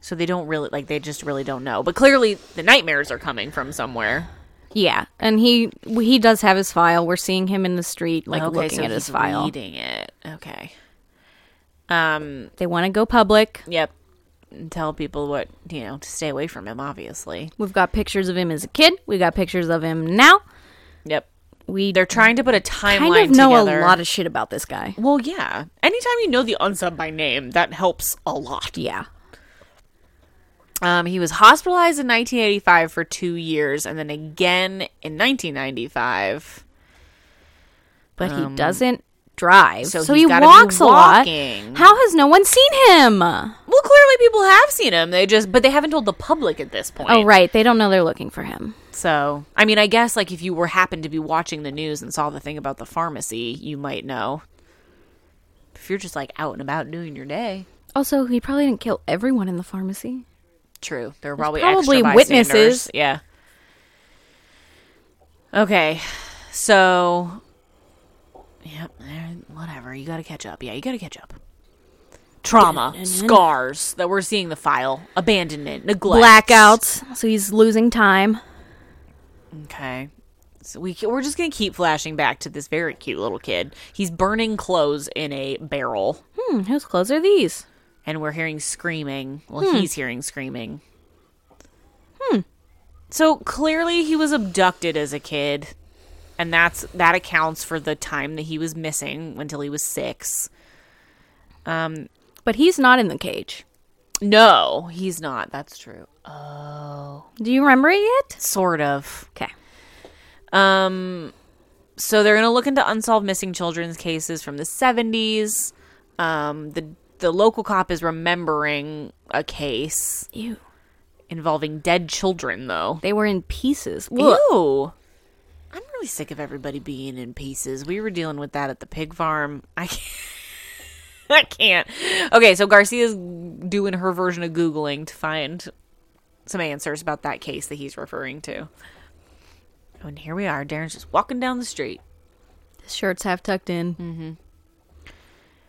S1: So they don't really like they just really don't know. But clearly the nightmares are coming from somewhere.
S2: Yeah, and he he does have his file. We're seeing him in the street, like
S1: okay,
S2: looking
S1: so
S2: at his
S1: he's
S2: file.
S1: reading it. Okay. Um
S2: They want to go public.
S1: Yep. And tell people what, you know, to stay away from him, obviously.
S2: We've got pictures of him as a kid. We got pictures of him now.
S1: Yep.
S2: we
S1: They're trying to put a timeline
S2: kind of know
S1: together.
S2: a lot of shit about this guy.
S1: well, yeah. Anytime you know the unsub by name, that helps a lot.
S2: Yeah.
S1: Um, he was hospitalized in 1985 for two years, and then again in 1995.
S2: But he doesn't drive.
S1: so
S2: Um, So,
S1: he's
S2: he
S1: gotta be
S2: walks a lot.
S1: walking.
S2: How has no one seen him?
S1: Well, clearly people have seen him. They just, but they haven't told the public at this point.
S2: Oh, right. They don't know they're looking for him.
S1: So, I mean, I guess like if you were happened to be watching the news and saw the thing about the pharmacy, you might know. If you're just like out and about doing your day,
S2: Also, he probably didn't kill everyone in the pharmacy.
S1: true. There are probably
S2: probably
S1: extra
S2: witnesses.
S1: bystanders. Yeah. Okay, so. Yep. eh, Whatever. You got to catch up. Yeah, you got to catch up. Trauma, scars that we're seeing the file, abandonment, neglect,
S2: Blackouts. So he's losing time.
S1: Okay. So we we're just gonna keep flashing back to this very cute little kid. He's burning clothes in a barrel,
S2: Hmm, whose clothes are these?
S1: and we're hearing screaming. Well, he's hearing screaming. Hmm. So clearly, he was abducted as a kid, and that's that accounts for the time that he was missing until he was six.
S2: But he's not in the cage.
S1: No, he's not. That's true. Oh,
S2: Do you remember it yet?
S1: sort of.
S2: Okay.
S1: Um, so they're gonna look into unsolved missing children's cases from the seventies. Um, the the local cop is remembering a case
S2: Ew.
S1: involving dead children, though.
S2: They were in pieces. Ugh.
S1: Ew. I'm really sick of everybody being in pieces. We were dealing with that at the pig farm. I can't. I can't. Okay, so Garcia's doing her version of Googling to find some answers about that case that he's referring to. And here we are. Darren's just walking down the street.
S2: His shirt's half tucked in. Mm-hmm.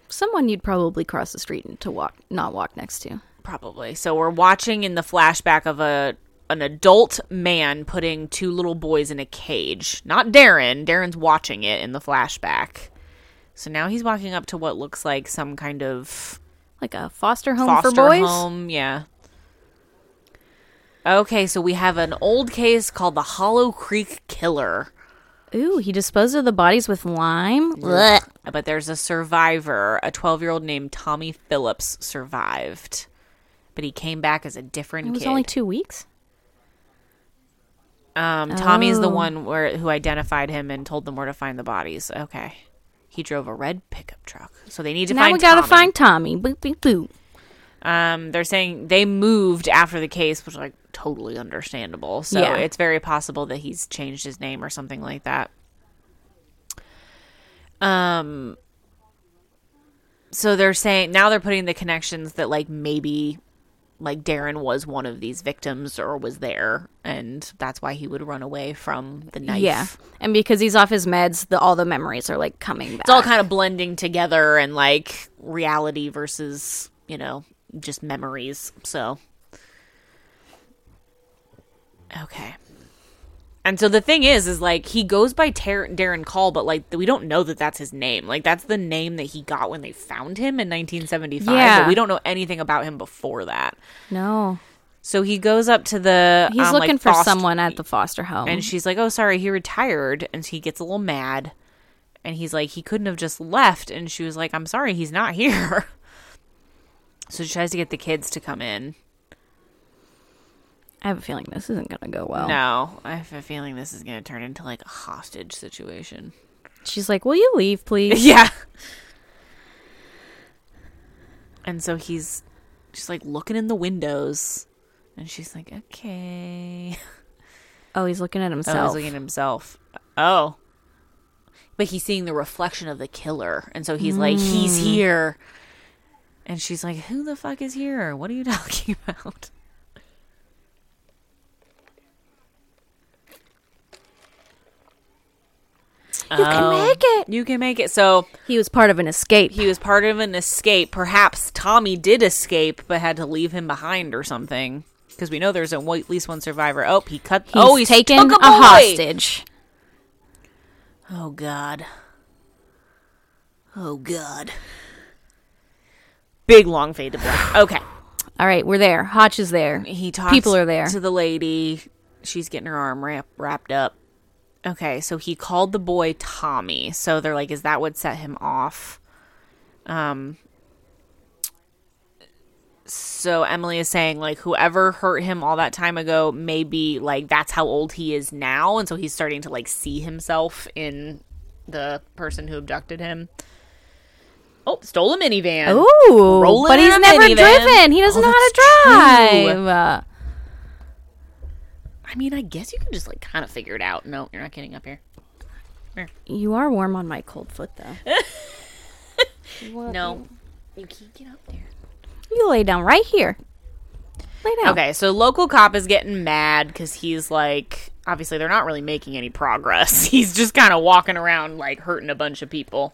S2: Someone you'd probably cross the street and to walk, not walk next to.
S1: Probably. So we're watching in the flashback of a an adult man putting two little boys in a cage. Not Darren. Darren's watching it in the flashback. So now he's walking up to what looks like some kind of
S2: Like a foster home
S1: foster
S2: for boys.
S1: home. Yeah. Okay, so we have an old case called the Hollow Creek Killer.
S2: Ooh, he disposed of the bodies with lime. Blech.
S1: But there's a survivor. A 12 year old named Tommy Phillips survived. But he came back as a different
S2: It was
S1: kid.
S2: only two weeks.
S1: Um, Tommy's the
S2: Oh.
S1: one where who identified him and told them where to find the bodies. Okay, he drove a red pickup truck, so they need to
S2: now
S1: find.
S2: we gotta
S1: Tommy.
S2: find Tommy. Boop boop boop.
S1: Um, they're saying they moved after the case, which like totally understandable. So
S2: Yeah.
S1: it's very possible that he's changed his name or something like that. Um. So they're saying now they're putting the connections that like maybe like Darren was one of these victims or was there and that's why he would run away from the knife.
S2: Yeah, and because he's off his meds, the, all the memories are like coming back.
S1: it's all kind of blending together and like reality versus you know just memories so okay and so the thing is is like he goes by Tar- darren call but like we don't know that that's his name like that's the name that he got when they found him in 1975 but
S2: Yeah.
S1: we don't know anything about him before that
S2: no,
S1: so he goes up to the
S2: he's
S1: um, like,
S2: looking for
S1: foster-
S2: someone at the foster home.
S1: and she's like, "Oh, sorry, he retired." And he gets a little mad, and he's like, "He couldn't have just left." And she was like, "I'm sorry, he's not here." so she tries to get the kids to come in.
S2: I have a feeling this isn't gonna go well.
S1: No, I have a feeling this is going to turn into like a hostage situation.
S2: She's like, "Will you leave, please?"
S1: yeah. And so he's just like looking in the windows, and she's like, "Okay."
S2: oh, he's looking at himself.
S1: Oh, he's looking at himself. Oh. But he's seeing the reflection of the killer. And so he's like, he's
S2: Mm.
S1: here. And she's like, who the fuck is here? What are you talking about?
S2: you can make it.
S1: Um, You can make it. So
S2: He was part of an escape.
S1: he was part of an escape. Perhaps Tommy did escape, but had to leave him behind or something. Because we know there's a, at least one survivor. Oh, he cut.
S2: He's
S1: oh, he's
S2: taken
S1: took
S2: a,
S1: boy!
S2: hostage.
S1: Oh God. Oh God. Big long fade to black. Okay.
S2: All right, we're there. Hotch is there.
S1: He talks
S2: People are there.
S1: to the lady. She's getting her arm wrap, wrapped up. Okay, so he called the boy Tommy. So they're like, is that what set him off? Um. So Emily is saying like whoever hurt him all that time ago, maybe like that's how old he is now, and so he's starting to like see himself in the person who abducted him. Oh, stole a minivan.
S2: Ooh,
S1: Rolling
S2: but
S1: in
S2: he's
S1: a
S2: never
S1: minivan.
S2: driven. He doesn't
S1: Oh,
S2: know how
S1: that's
S2: to
S1: true.
S2: drive. Uh,
S1: I mean, I guess you can just like kind of figure it out. No, you're not getting up here.
S2: You are warm on my cold foot, though.
S1: No, you can't get up there.
S2: You lay down right here. Lay down.
S1: Okay, so local cop is getting mad because he's like, obviously they're not really making any progress. He's just kind of walking around like hurting a bunch of people.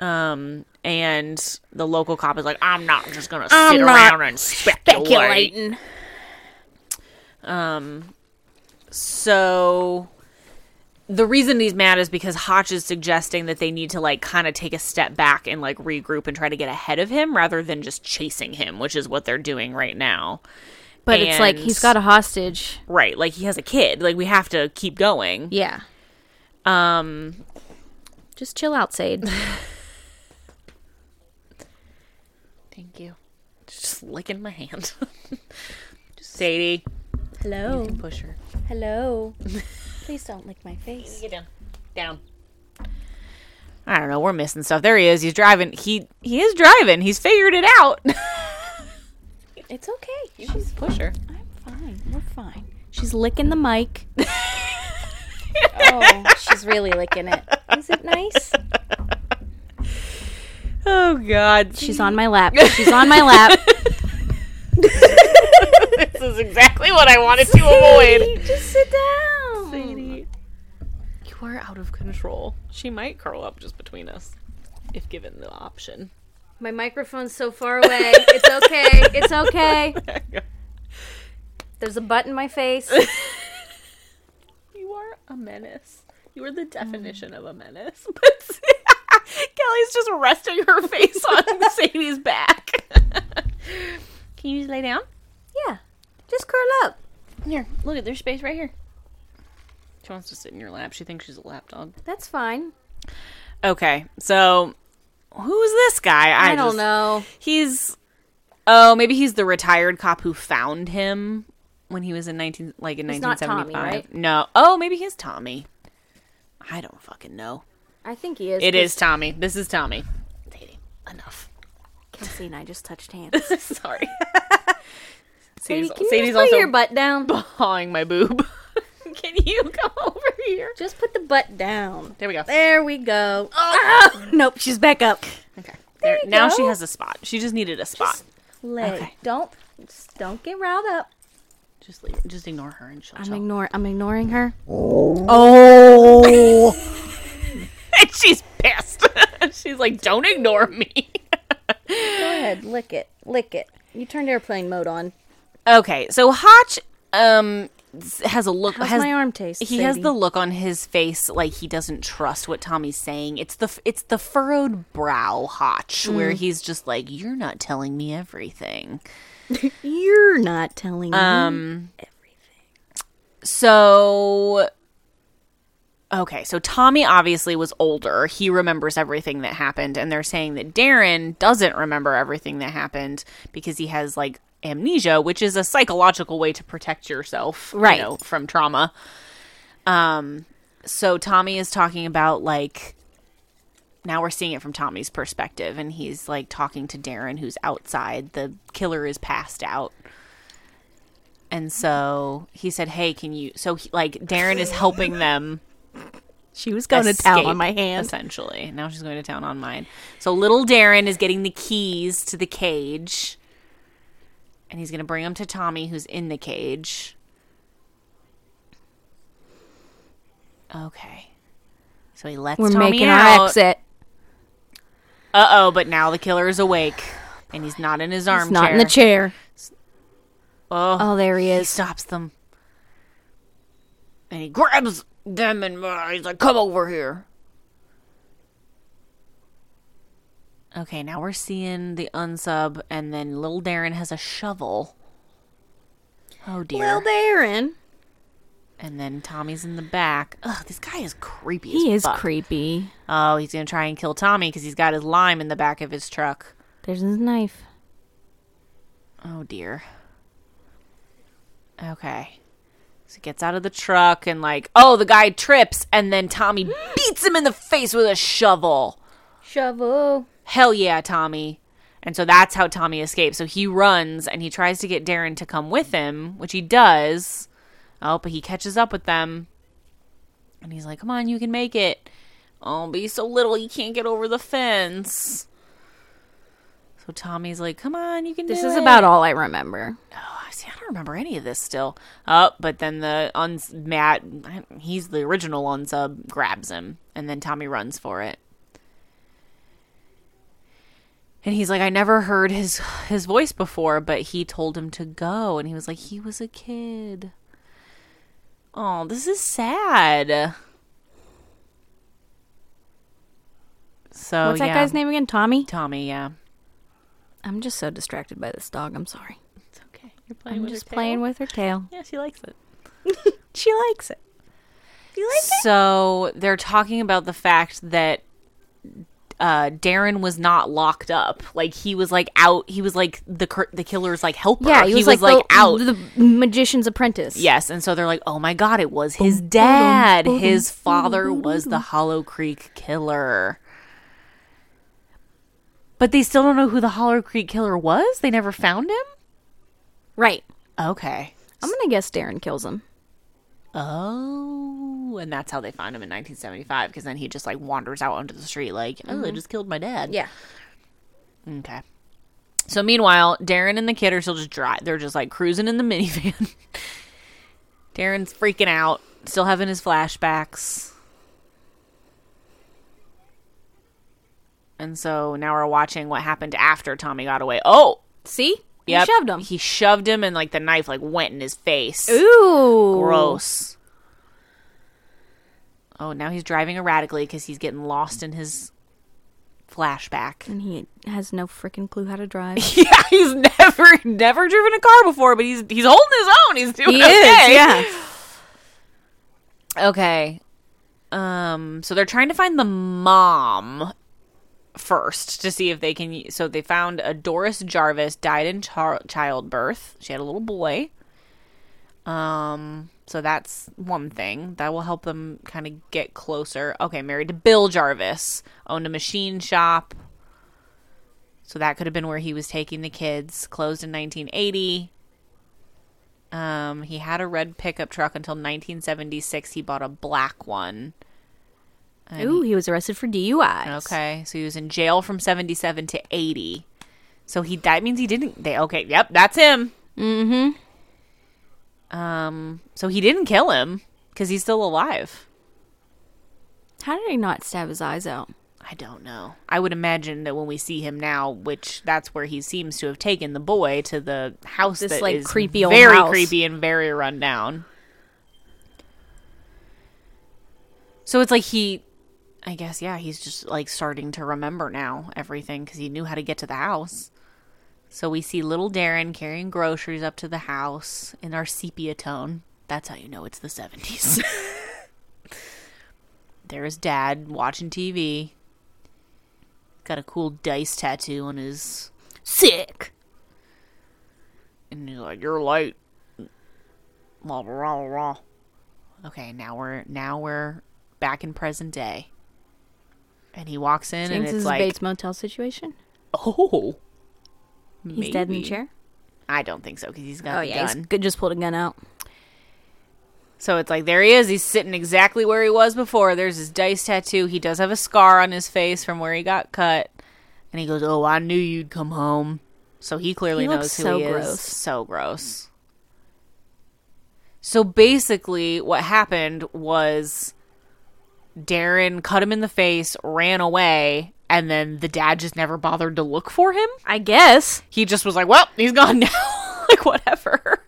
S1: Um, and the local cop is like, I'm not just gonna sit
S2: I'm not
S1: around and speculate.
S2: Speculating.
S1: So the reason he's mad is because Hotch is suggesting that they need to like kind of take a step back and like regroup and try to get ahead of him rather than just chasing him, which is what they're doing right now.
S2: But it's like
S1: And-
S2: he's got a hostage.
S1: Right, like he has a kid. Like we have to keep going.
S2: Yeah.
S1: Um
S2: Just chill out, Sade.
S1: Thank you. Just licking my hand. Just Sadie,
S2: Hello.
S1: push her.
S2: Hello. Please don't lick my face.
S1: Get down. Down. I don't know. We're missing stuff. There he is. He's driving. He he is driving. He's figured it out.
S2: It's okay.
S1: She's push her.
S2: I'm fine. We're fine. She's licking the mic.
S1: oh.
S2: she's really licking it. Is it nice?
S1: Oh, God.
S2: She's on my lap. She's on my lap.
S1: this is exactly what I wanted to avoid.
S2: Just sit down.
S1: You are out of control. She might curl up just between us, if given the option.
S2: My microphone's so far away. It's okay. It's okay. There's a butt in my face.
S1: You are a menace. You are the definition of a menace. But Kelly's just resting her face on Sadie's back. Can you just lay down?
S2: Yeah. Just curl up.
S1: Here, look at there's space right here. She wants to sit in your lap. She thinks she's a lap dog.
S2: That's fine.
S1: Okay, so who's this guy?
S2: I,
S1: I,
S2: don't
S1: just-
S2: know.
S1: He's oh, maybe he's the retired cop who found him when he was in nineteen, like in
S2: He's
S1: nineteen
S2: not
S1: seventy
S2: Tommy,
S1: five.
S2: right?
S1: No, oh, maybe he's Tommy. I don't fucking know.
S2: I think he is.
S1: It is Tommy. This is Tommy. Sadie, enough.
S2: Kelsey and I just touched hands.
S1: Sorry.
S2: Sadie,
S1: Sadie's,
S2: can you
S1: Sadie's
S2: just put
S1: also
S2: your butt down?
S1: pawing my boob. Can you come over here?
S2: Just put the butt down.
S1: There we go.
S2: There we go. Oh, nope. She's back up.
S1: Okay. There,
S2: you
S1: now
S2: go.
S1: she has a spot. She just needed a spot. Just,
S2: Lay.
S1: Okay.
S2: Don't. Just don't get riled up.
S1: leave. Just ignore her and she'll.
S2: I'm
S1: chill.
S2: ignore. I'm ignoring her.
S1: and she's pissed. she's like, "Don't ignore me."
S2: Go ahead. Lick it. Lick it. You turned airplane mode on.
S1: okay, so Hotch um s- has a look.
S2: How's
S1: has,
S2: my arm taste?
S1: He has
S2: Sadie?
S1: the look on his face like he doesn't trust what Tommy's saying. It's the it's the furrowed brow hotch where he's just like, "You're not telling me everything."
S2: You're not telling
S1: Um,
S2: me everything.
S1: So okay, so Tommy obviously was older. He remembers everything that happened and they're saying that Darren doesn't remember everything that happened because he has like amnesia, which is a psychological way to protect yourself, you
S2: Right.
S1: know, from trauma. Um so Tommy is talking about like now we're seeing it from Tommy's perspective and he's like talking to Darren who's outside. The killer is passed out. And so he said, "Hey, can you?" So he, like Darren is helping them.
S2: She was
S1: escape, essentially. Now she's going to town on mine. So little Darren is getting the keys to the cage, and he's going to bring them to Tommy, who's in the cage. Okay, so he lets
S2: We're
S1: Tommy
S2: making
S1: out.
S2: our exit.
S1: Uh oh! But now the killer is awake, and he's not in his armchair.
S2: It's not in the chair.
S1: Oh,
S2: Oh, there he
S1: He
S2: is.
S1: stops them. And he grabs them and uh, he's like, come over here. Okay, now we're seeing the unsub, and then little Darren has a shovel. Oh dear.
S2: Well, Darren.
S1: and then Tommy's in the back. Ugh, this guy is creepy.
S2: He
S1: as
S2: is
S1: fuck.
S2: creepy.
S1: Oh, he's gonna try and kill Tommy because he's got his lime in the back of his truck.
S2: There's his knife.
S1: Oh dear. Okay. So he gets out of the truck and like, oh, the guy trips, and then Tommy beats him in the face with a shovel.
S2: Shovel.
S1: Hell yeah, Tommy. And so that's how Tommy escapes. So he runs and he tries to get Darren to come with him, which he does. Oh, but he catches up with them. And he's like, come on, you can make it. Oh, but he's so little, he can't get over the fence. So Tommy's like, come on, you can
S2: This
S1: do
S2: is
S1: it.
S2: about all I remember.
S1: I see. I don't remember any of this still. Uh, but then the uns Matt, he's the original unsub, grabs him, and then Tommy runs for it. And he's like, I never heard his his voice before, but he told him to go, and he was like, he was a kid. Oh, this is sad. So
S2: What's that
S1: Oh, yeah.
S2: guy's name again? Tommy?
S1: Tommy. Yeah,
S2: I'm just so distracted by this dog. I'm sorry.
S1: it's okay. You're playing.
S2: I'm just playing with her tail.
S1: Yeah, she likes it.
S2: She likes it. You like
S1: So they're talking about the fact that uh, Darren was not locked up. Like he was like out. He was like the cur- the killer's like helper.
S2: Yeah, he was, like, the-
S1: out.
S2: The magician's apprentice.
S1: yes, and so they're like, oh my god, it was his dad. His father was the Hollow Creek killer. But they still don't know who the Hollow Creek killer was. They never found him.
S2: Right.
S1: Okay.
S2: I'm going to guess Darren kills him.
S1: Oh, and that's how they found him in 1975 because then he just like wanders out onto the street like, oh,
S2: Mm-hmm.
S1: I just killed my dad.
S2: Yeah.
S1: Okay. So meanwhile, Darren and the kid are still just dry. They're just like cruising in the minivan. Darren's freaking out, still having his flashbacks. And so now we're watching what happened after Tommy got away. Oh,
S2: See?
S1: yep.
S2: He shoved him.
S1: He shoved him, and like the knife like went in his face.
S2: Ooh.
S1: Gross. Oh, now he's driving erratically because he's getting lost in his flashback.
S2: And he has no freaking clue how to drive. he
S1: Yeah, he's never never driven a car before, but he's he's holding his own. He's doing okay. Okay. Um. So they're trying to find the mom first to see if they can. So they found a Doris Jarvis died in char- childbirth. She had a little boy. Um. So that's one thing that will help them kind of get closer. Okay, married to Bill Jarvis, owned a machine shop. So that could have been where he was taking the kids. Closed in 1980. Um, he had a red pickup truck until 1976. He bought a black one.
S2: Ooh, he was arrested for DUI.
S1: Okay, so he was in jail from 77 to 80. So he that means he didn't. They okay. Yep, that's him. Mm-hmm. Um. So he didn't kill him because he's still alive.
S2: How did he not stab his eyes out?
S1: I don't know. I would imagine that when we see him now, which that's where he seems to have taken the boy to the house
S2: This,
S1: that
S2: like,
S1: is
S2: creepy old
S1: very
S2: house.
S1: creepy and very run down. So it's like he, I guess, yeah, he's just like starting to remember now everything because he knew how to get to the house. So we see little Darren carrying groceries up to the house in our sepia tone. That's how you know it's the 70s. There's dad watching TV. Got a cool dice tattoo on his.
S2: Sick.
S1: And he's like, You're late. Blah, blah, blah, blah. Okay, now we're now we're back in present day. And he walks in
S2: Thinks
S1: and
S2: this
S1: it's
S2: is
S1: like,
S2: a Bates Motel situation.
S1: oh,
S2: He's dead in the
S1: maybe."
S2: chair.
S1: I don't think so because he's got
S2: Oh
S1: the
S2: yeah, he's
S1: gun.
S2: good, just pulled a gun out.
S1: So it's like there he is. He's sitting exactly where he was before. There's his dice tattoo. He does have a scar on his face from where he got cut. And he goes, "Oh, I knew you'd come home." So he clearly
S2: He
S1: knows
S2: looks
S1: who
S2: so
S1: he is.
S2: gross.
S1: So gross. So basically, what happened was Darren cut him in the face, ran away, and then the dad just never bothered to look for him
S2: I guess.
S1: he just was like, "Well, he's gone now." like whatever.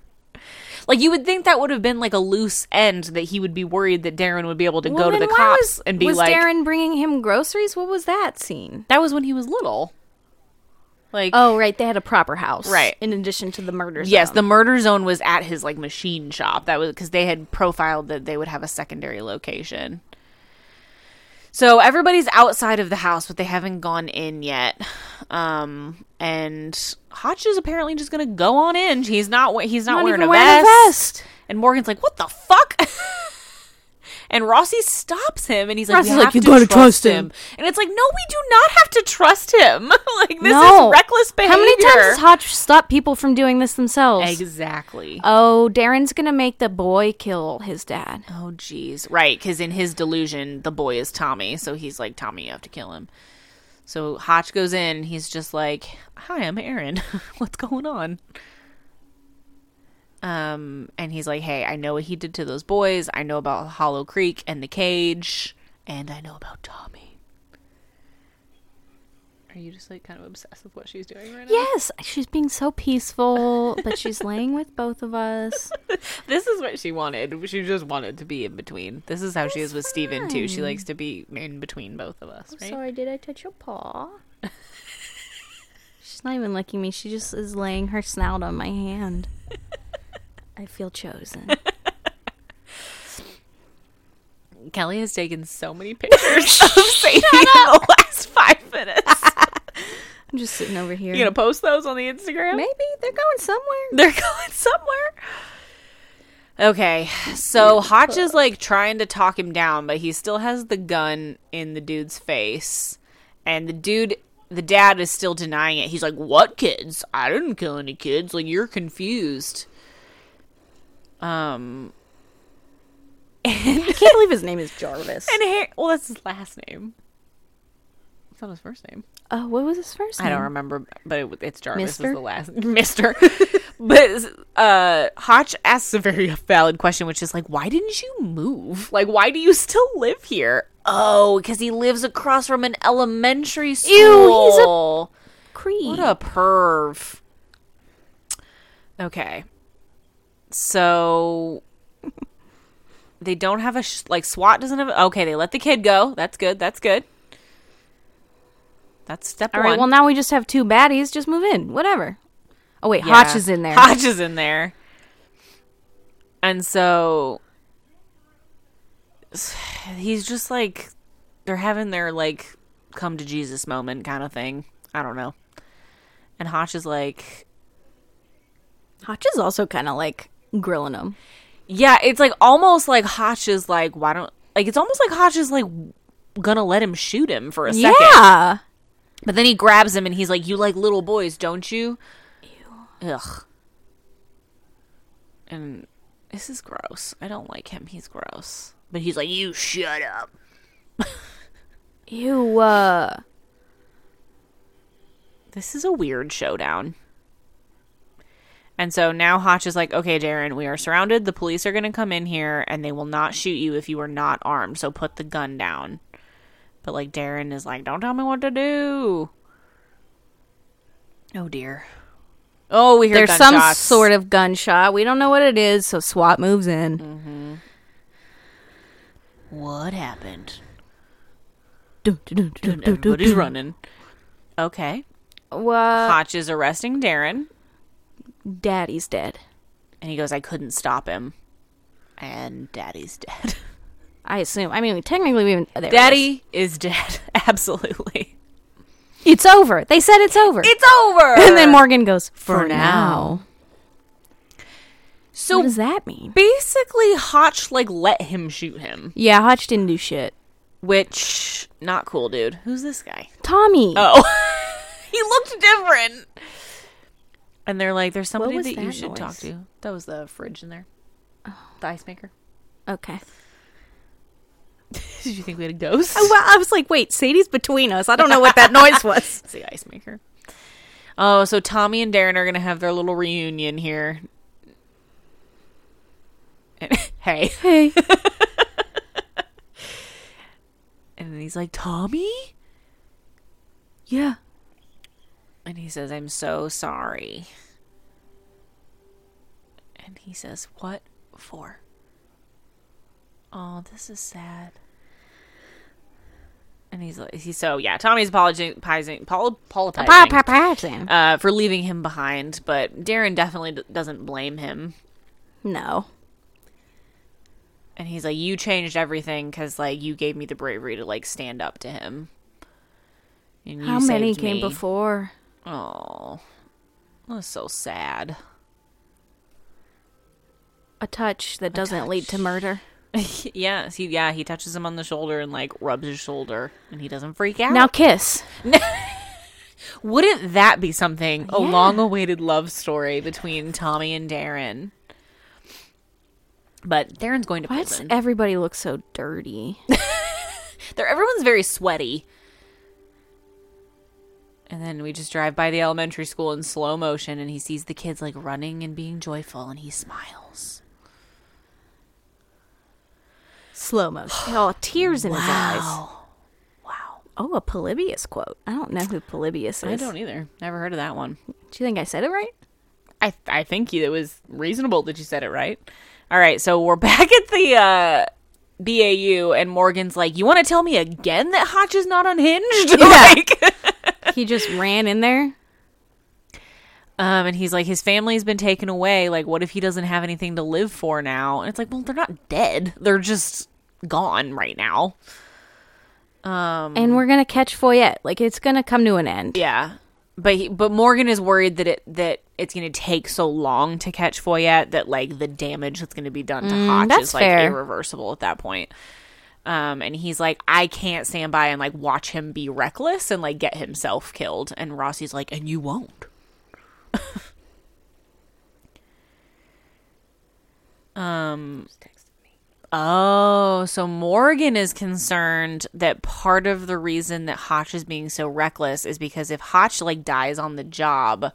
S1: Like you would think that would have been like a loose end that he would be worried that Darren would be able to go to the cops and be
S2: was
S1: like,
S2: Darren bringing him groceries? What was that scene?
S1: "That was when he was little." Like
S2: Oh, right. They had a proper house.
S1: Right.
S2: In addition to the murders.
S1: Yes, the murder zone was at his like machine shop. That was because they had profiled that they would have a secondary location. So everybody's outside of the house, but they haven't gone in yet. Um, and Hotch is apparently just gonna go on in. He's not. we- He's not,
S2: Not
S1: wearing,
S2: even
S1: a,
S2: wearing a
S1: vest.
S2: vest.
S1: And Morgan's like, "What the fuck." And Rossi stops him, and he's like,
S2: Rossi's
S1: "You
S2: like,
S1: have
S2: "You
S1: to
S2: gotta
S1: trust,
S2: trust
S1: him.
S2: him.
S1: And it's like, "No, we do not have to trust him. like this
S2: No.
S1: is reckless behavior."
S2: How many times has Hodge stopped people from doing this themselves?
S1: Exactly.
S2: Oh, Darren's gonna make the boy kill his dad.
S1: Oh, geez. Right, because in his delusion, the boy is Tommy. So he's like, Tommy, you have to kill him. So Hotch goes in. He's just like, Hi, I'm Aaron. What's going on? Um, and he's like, Hey, I know what he did to those boys. I know about Hollow Creek and the cage. And I know about Tommy. Are you just like kind of obsessed with what she's doing right now?
S2: Yes, she's being so peaceful, but she's laying with both of us.
S1: This is what she wanted. She just wanted to be in between. This is how she is with Steven, too. She likes to be in between both of us, right?
S2: Sorry, did I touch your paw? she's not even licking me. She just is laying her snout on my hand. I feel chosen.
S1: Kelly has taken so many pictures of Sadie in the last five minutes.
S2: I'm just sitting over here.
S1: You gonna post those on the Instagram?
S2: Maybe they're going somewhere.
S1: They're going somewhere. Okay, so Hotch is like trying to talk him down, but he still has the gun in the dude's face, and the dude, the dad, is still denying it. He's like, "What kids? I didn't kill any kids. Like you're confused." Um,
S2: I can't believe his name is Jarvis.
S1: and Harry, well, that's his last name. It's not his first name.
S2: Oh, what was his first
S1: I
S2: name?
S1: don't remember, but it, it's Jarvis
S2: Mister?
S1: is the last Mister. but uh, Hotch asks a very valid question, which is like, why didn't you move? Like, why do you still live here? Oh, because he lives across from an elementary school.
S2: he's a-
S1: a what
S2: Creed.
S1: a perv. Okay, so they don't have a sh- like SWAT doesn't have. Okay, they let the kid go. That's good. That's good. That's step
S2: All
S1: one.
S2: right. Well, now we just have two baddies. Just move in. Whatever. Oh wait,
S1: Yeah.
S2: Hotch is in there.
S1: Hodge is in there. And so he's just like they're having their like come to Jesus moment kind of thing. I don't know. And Hodge is like
S2: Hotch is also kind of like grilling him.
S1: Yeah, it's like almost like Hodge is like, why don't like it's almost like Hodge is like gonna let him shoot him for a second.
S2: Yeah.
S1: But then he grabs him and he's like, "You like little boys, don't you?" Ew. Ugh. And this is gross. I don't like him. He's gross. But he's like, "You shut up."
S2: Ew. Uh,
S1: This is a weird showdown. And so now Hotch is like, "Okay, Darren, we are surrounded. The police are going to come in here and they will not shoot you if you are not armed. So put the gun down." But like Darren is like, "Don't tell me what to do." Oh dear. Oh, we hear
S2: there's some
S1: gunshots.
S2: sort of gunshot. We don't know what it is, so SWAT moves in.
S1: What happened?
S2: Dun, dun, dun, dun, dun, dun,
S1: Everybody's
S2: dun.
S1: running. Uh, Okay.
S2: Well,
S1: Hotch is arresting Darren,
S2: Daddy's dead.
S1: and he goes, I couldn't stop him. And Daddy's dead.
S2: I assume. I mean, technically, we even there it is.
S1: Daddy is dead. Absolutely.
S2: It's over. They said it's over.
S1: It's over.
S2: and then Morgan goes for,
S1: For
S2: now.
S1: So
S2: What does that mean?
S1: basically, Hotch, like, let him shoot him,
S2: Yeah, Hotch didn't do shit.
S1: which, not cool, dude. Who's this guy?
S2: Tommy.
S1: Oh. he looked different. And they're like, there's somebody
S2: was
S1: that, Oh. you
S2: that
S1: should talk
S2: noise?
S1: to. That was the fridge in there. The ice maker.
S2: Okay.
S1: Did you think we had a ghost?
S2: Well, I was like, wait, Sadie's between us. I don't know what that noise was.
S1: It's the ice maker. Oh, so Tommy and Darren are gonna have their little reunion here. And, hey,
S2: Hey.
S1: and then he's like, Tommy,
S2: Yeah.
S1: and he says, "I'm so sorry." And he says, "What for?" Oh, this is sad. And he's like, he's so yeah. Tommy's apologizing, Paul,
S2: Pa-
S1: apologizing
S2: pa- pa- pa-
S1: uh, for leaving him behind, but Darren definitely d- doesn't blame him.
S2: No.
S1: And he's like, "You changed everything because like you gave me the bravery to like stand up to him." And you
S2: How many
S1: saved
S2: came
S1: me.
S2: before?
S1: Oh, that's so sad.
S2: A touch that doesn't lead to murder.
S1: yes, he yeah he touches him on the shoulder and like rubs his shoulder, and he doesn't freak out.
S2: Now kiss.
S1: Wouldn't that be something? A
S2: Yeah.
S1: long awaited love story between Tommy and Darren. But Darren's going to
S2: Why does
S1: prison.
S2: everybody look so dirty?
S1: They're, everyone's very sweaty. And then we just drive by the elementary school in slow motion and he sees the kids like running and being joyful and he smiles.
S2: Slow motion. Oh, tears in his eyes.
S1: Wow.
S2: Oh, a Polybius quote. I don't know who Polybius is.
S1: I don't either. Never heard of that one.
S2: Do you think I said it right?
S1: I I think you, it was reasonable that you said it right. All right, so we're back at the uh, BAU, and Morgan's like, "You want to tell me again that Hotch is not unhinged?" Like,
S2: he just ran in there.
S1: um, and he's like, "His family's been taken away. Like, what if he doesn't have anything to live for now?" And it's like, "Well, they're not dead. They're just gone right now."
S2: And we're gonna catch Foyette. Like it's gonna come to an end.
S1: Um, Yeah, but he, but Morgan is worried that it that it's going to take so long to catch Foyette that like the damage that's going to be done to Hotch
S2: Mm, that's
S1: is like
S2: fair.
S1: irreversible at that point. Um, and he's like, I can't stand by and like watch him be reckless and like get himself killed. And Rossi's like, and you won't. Um, Oh, so Morgan is concerned that part of the reason that Hotch is being so reckless is because if Hotch like dies on the job,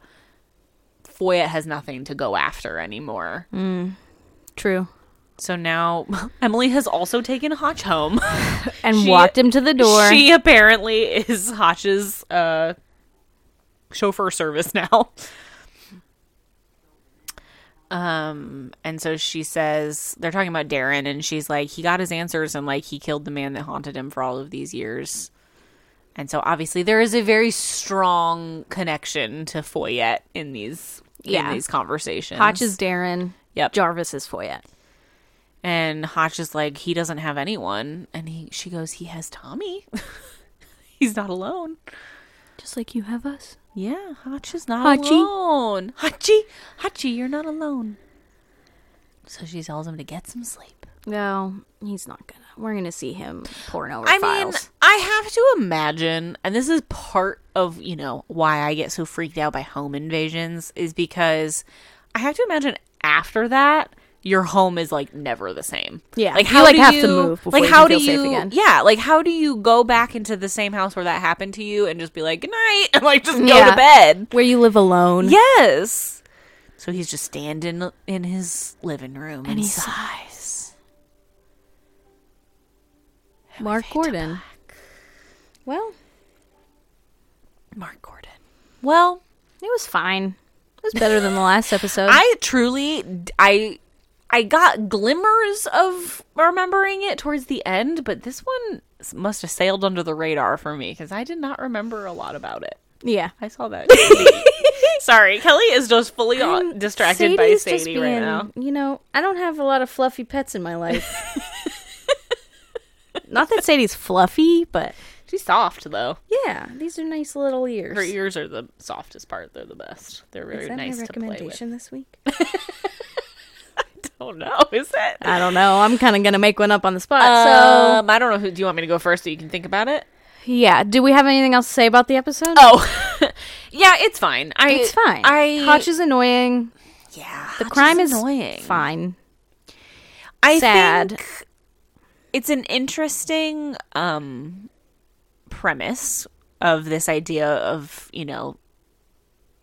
S1: Foyette has nothing to go after anymore.
S2: True.
S1: So now Emily has also taken Hotch home.
S2: And
S1: She-
S2: walked him to the door.
S1: She apparently is Hotch's uh, chauffeur service now. Um, and so she says they're talking about Darren, and she's like, he got his answers, and like he killed the man that haunted him for all of these years. And so obviously there is a very strong connection to Foyette in these
S2: Yeah.
S1: in these conversations.
S2: Hotch is Darren.
S1: Yep.
S2: Jarvis is Foyette.
S1: And Hotch is like, he doesn't have anyone. And he she goes, he has Tommy. He's not alone.
S2: Just like you have us.
S1: Yeah, Hotch is not
S2: Hachi.
S1: alone. Hachi, Hachi, you're not alone. So she tells him to get some sleep.
S2: No, he's not gonna. We're gonna see him pouring over
S1: I mean,
S2: files.
S1: I have to imagine, and this is part of you know why I get so freaked out by home invasions is because I have to imagine after that your home is like never the same.
S2: Yeah,
S1: like
S2: you,
S1: how
S2: like,
S1: do
S2: have to
S1: you,
S2: move before
S1: like
S2: you
S1: how
S2: can
S1: do
S2: feel
S1: you?
S2: safe again.
S1: Yeah, like how do you go back into the same house where that happened to you and just be like good night and like just go
S2: Yeah. Mm-hmm.
S1: to bed?
S2: Where you live alone.
S1: Yes. So he's just standing in his living room and,
S2: he
S1: sighs.
S2: Mark Gordon. Well,
S1: Mark Gordon. Well,
S2: it was fine. It was better than the last episode.
S1: I truly d- I I got glimmers of remembering it towards the end, but this one s- must have sailed under the radar for me cuz I did not remember a lot about it.
S2: yeah.
S1: I saw that. Sorry, Kelly is just fully on, distracted by
S2: Sadie's just
S1: Sadie right
S2: being-
S1: now.
S2: You know, I don't have a lot of fluffy pets in my life. Not that Sadie's fluffy, but
S1: She's soft though.
S2: yeah, these are nice little ears.
S1: Her ears are the softest part. They're the best. They're very
S2: Is that
S1: nice
S2: my
S1: to play with.
S2: recommendation this week?
S1: Oh no, is it?
S2: I don't know. I'm kind of gonna make one up on the spot.
S1: Um, I don't know who. Do you want me to go first so you can think about it?
S2: so yeah, do we have anything else to say about the episode?
S1: Oh, yeah, it's fine. I,
S2: it's fine.
S1: I
S2: Hotch is annoying.
S1: yeah.
S2: The crime is
S1: annoying.
S2: Fine.
S1: I
S2: sad.
S1: think it's an interesting um premise of this idea of you know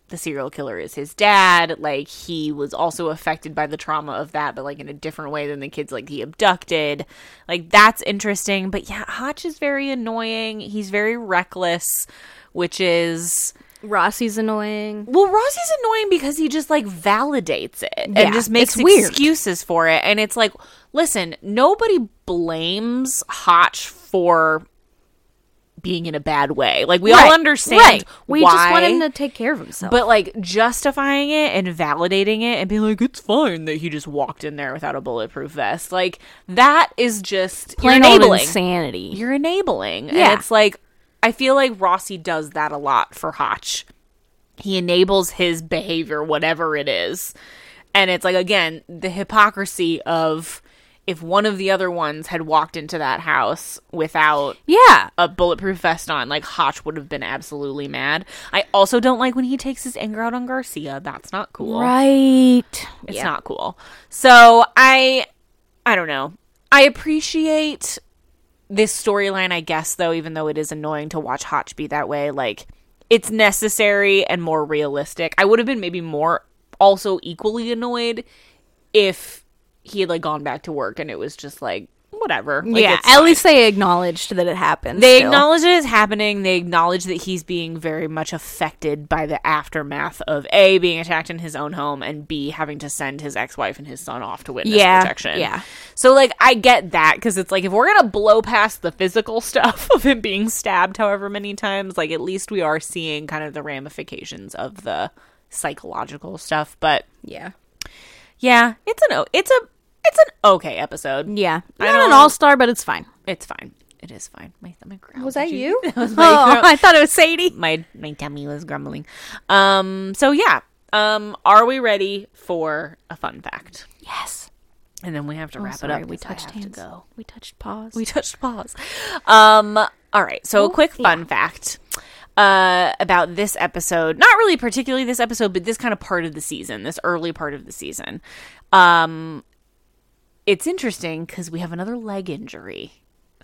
S1: the serial killer is his dad like he was also affected by the trauma of that but like in a different way than the kids like he abducted like that's interesting but yeah hotch is very annoying he's very reckless which is
S2: Rossi's annoying.
S1: well, Rossi's annoying because he just like validates it
S2: Yeah,
S1: and just makes
S2: it's weird.
S1: excuses for it. And it's like, listen, nobody blames Hotch for being in a bad way. Like we all
S2: Right,
S1: understand
S2: right. We
S1: why,
S2: just want him to take care of himself.
S1: but like justifying it and validating it and being like it's fine that he just walked in there without a bulletproof vest. Like that is just you're
S2: plain old
S1: enabling.
S2: insanity.
S1: You're enabling.
S2: Yeah.
S1: And it's like I feel like Rossi does that a lot for Hotch. He enables his behavior whatever it is. And it's like again, the hypocrisy of if one of the other ones had walked into that house without
S2: yeah.
S1: a bulletproof vest on, like Hotch would have been absolutely mad. I also don't like when he takes his anger out on Garcia. That's not cool.
S2: Right.
S1: It's not cool. So I, I don't know. I appreciate this storyline, I guess, though, even though it is annoying to watch Hotch be that way. Like, it's necessary and more realistic. I would have been maybe more also equally annoyed if he had like gone back to work and it was just like whatever. Like,
S2: yeah.
S1: it's
S2: At
S1: fine.
S2: least they acknowledged that it happened.
S1: They
S2: still.
S1: acknowledge it is happening. They acknowledge that he's being very much affected by the aftermath of A, being attacked in his own home, and B, having to send his ex wife and his son off to witness
S2: Yeah,
S1: protection.
S2: yeah.
S1: So, like, I get that because it's like if we're going to blow past the physical stuff of him being stabbed however many times, like, at least we are seeing kind of the ramifications of the psychological stuff. But
S2: Yeah.
S1: yeah, it's an, o- it's a, it's an okay episode.
S2: Yeah.
S1: I
S2: Not
S1: don't-
S2: an all star, but it's fine.
S1: It's fine. It is fine. My stomach growled.
S2: Was that
S1: Did
S2: you?
S1: That was my
S2: oh,
S1: throat.
S2: I thought it was Sadie.
S1: my my tummy was grumbling. Um so yeah. Um are we ready for a fun fact?
S2: Yes.
S1: And then we have to wrap it
S2: Oh, Sorry,
S1: up.
S2: we
S1: 'cause I
S2: touched
S1: have to
S2: hands.
S1: go.
S2: We touched paws.
S1: We touched pause. Um all right. So a
S2: Oh,
S1: quick fun fact uh about this episode. Not really particularly this episode, but this kind of part of the season, this early part of the season. Um it's interesting cuz we have another leg injury.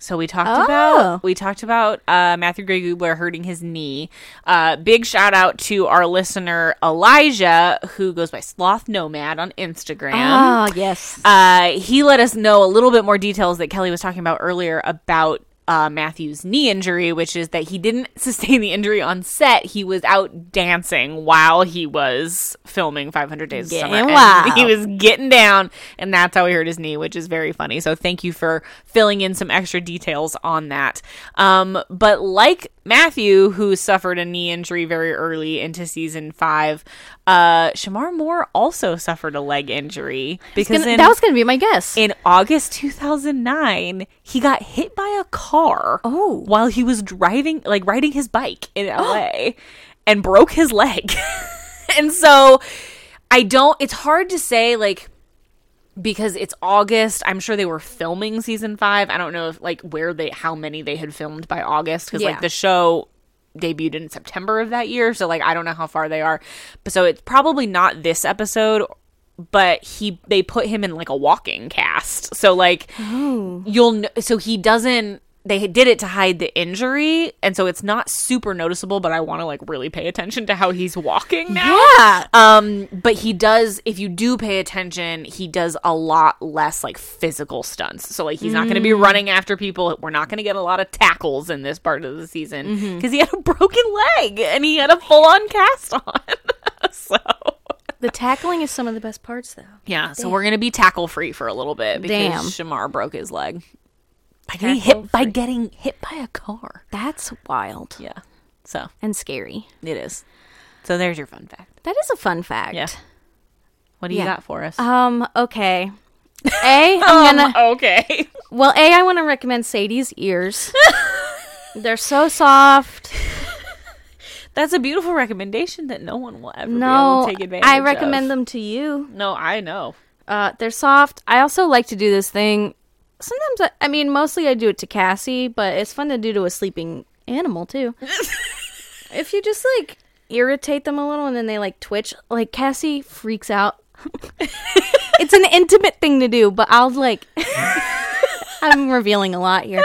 S1: So we talked
S2: Oh.
S1: about we talked about uh, Matthew Gray Gubler hurting his knee. Uh, big shout out to our listener Elijah, who goes by Sloth Nomad on Instagram.
S2: Ah, yes.
S1: Uh, he let us know a little bit more details that Kelly was talking about earlier about uh, Matthew's knee injury, which is that he didn't sustain the injury on set. He was out dancing while he was filming 500 Days of
S2: Getting
S1: Summer. and
S2: wild.
S1: He was getting down, and that's how he hurt his knee, which is very funny. So thank you for filling in some extra details on that. Um, but like Matthew, who suffered a knee injury very early into season five, uh, Shamar Moore also suffered a leg injury because
S2: Gonna-
S1: in,
S2: that was going to be my guess.
S1: in August 2009, he got hit by a car
S2: Oh.
S1: while he was driving, like riding his bike in LA and broke his leg. and so I don't, it's hard to say, like, because it's August, I'm sure they were filming season five. I don't know if, like, where they, how many they had filmed by August, because,
S2: Yeah.
S1: like, the show debuted in September of that year. So, like, I don't know how far they are. But so it's probably not this episode but he they put him in like a walking cast so like you'll kn- so he doesn't they did it to hide the injury and so it's not super noticeable but i want to like really pay attention to how he's walking now
S2: yeah.
S1: um but he does if you do pay attention he does a lot less like physical stunts so like he's not going to be running after people we're not going to get a lot of tackles in this part of the season because he had a broken leg and he had a full-on cast on so
S2: The tackling is some of the best parts, though.
S1: yeah, so we're gonna be tackle free for a little bit because
S2: Damn.
S1: Shamar broke his leg by getting hit by getting hit by a car.
S2: That's wild
S1: Yeah, so
S2: and scary.
S1: it is. So there's your fun fact.
S2: That is a fun fact.
S1: Yeah. What do you
S2: Yeah.
S1: got for us?
S2: Um. Okay. A.
S1: Um,
S2: I'm gonna.
S1: okay.
S2: Well, A. I want to recommend Sadie's ears. They're so soft.
S1: That's a beautiful recommendation that no one will ever
S2: No,
S1: be able to take advantage.
S2: I recommend
S1: of.
S2: them to you.
S1: No, I know.
S2: Uh, they're soft. I also like to do this thing. Sometimes, I, I mean, mostly I do it to Cassie, but it's fun to do to a sleeping animal too. if you just like irritate them a little and then they like twitch, like Cassie freaks out. it's an intimate thing to do, but I'll like. I'm revealing a lot here.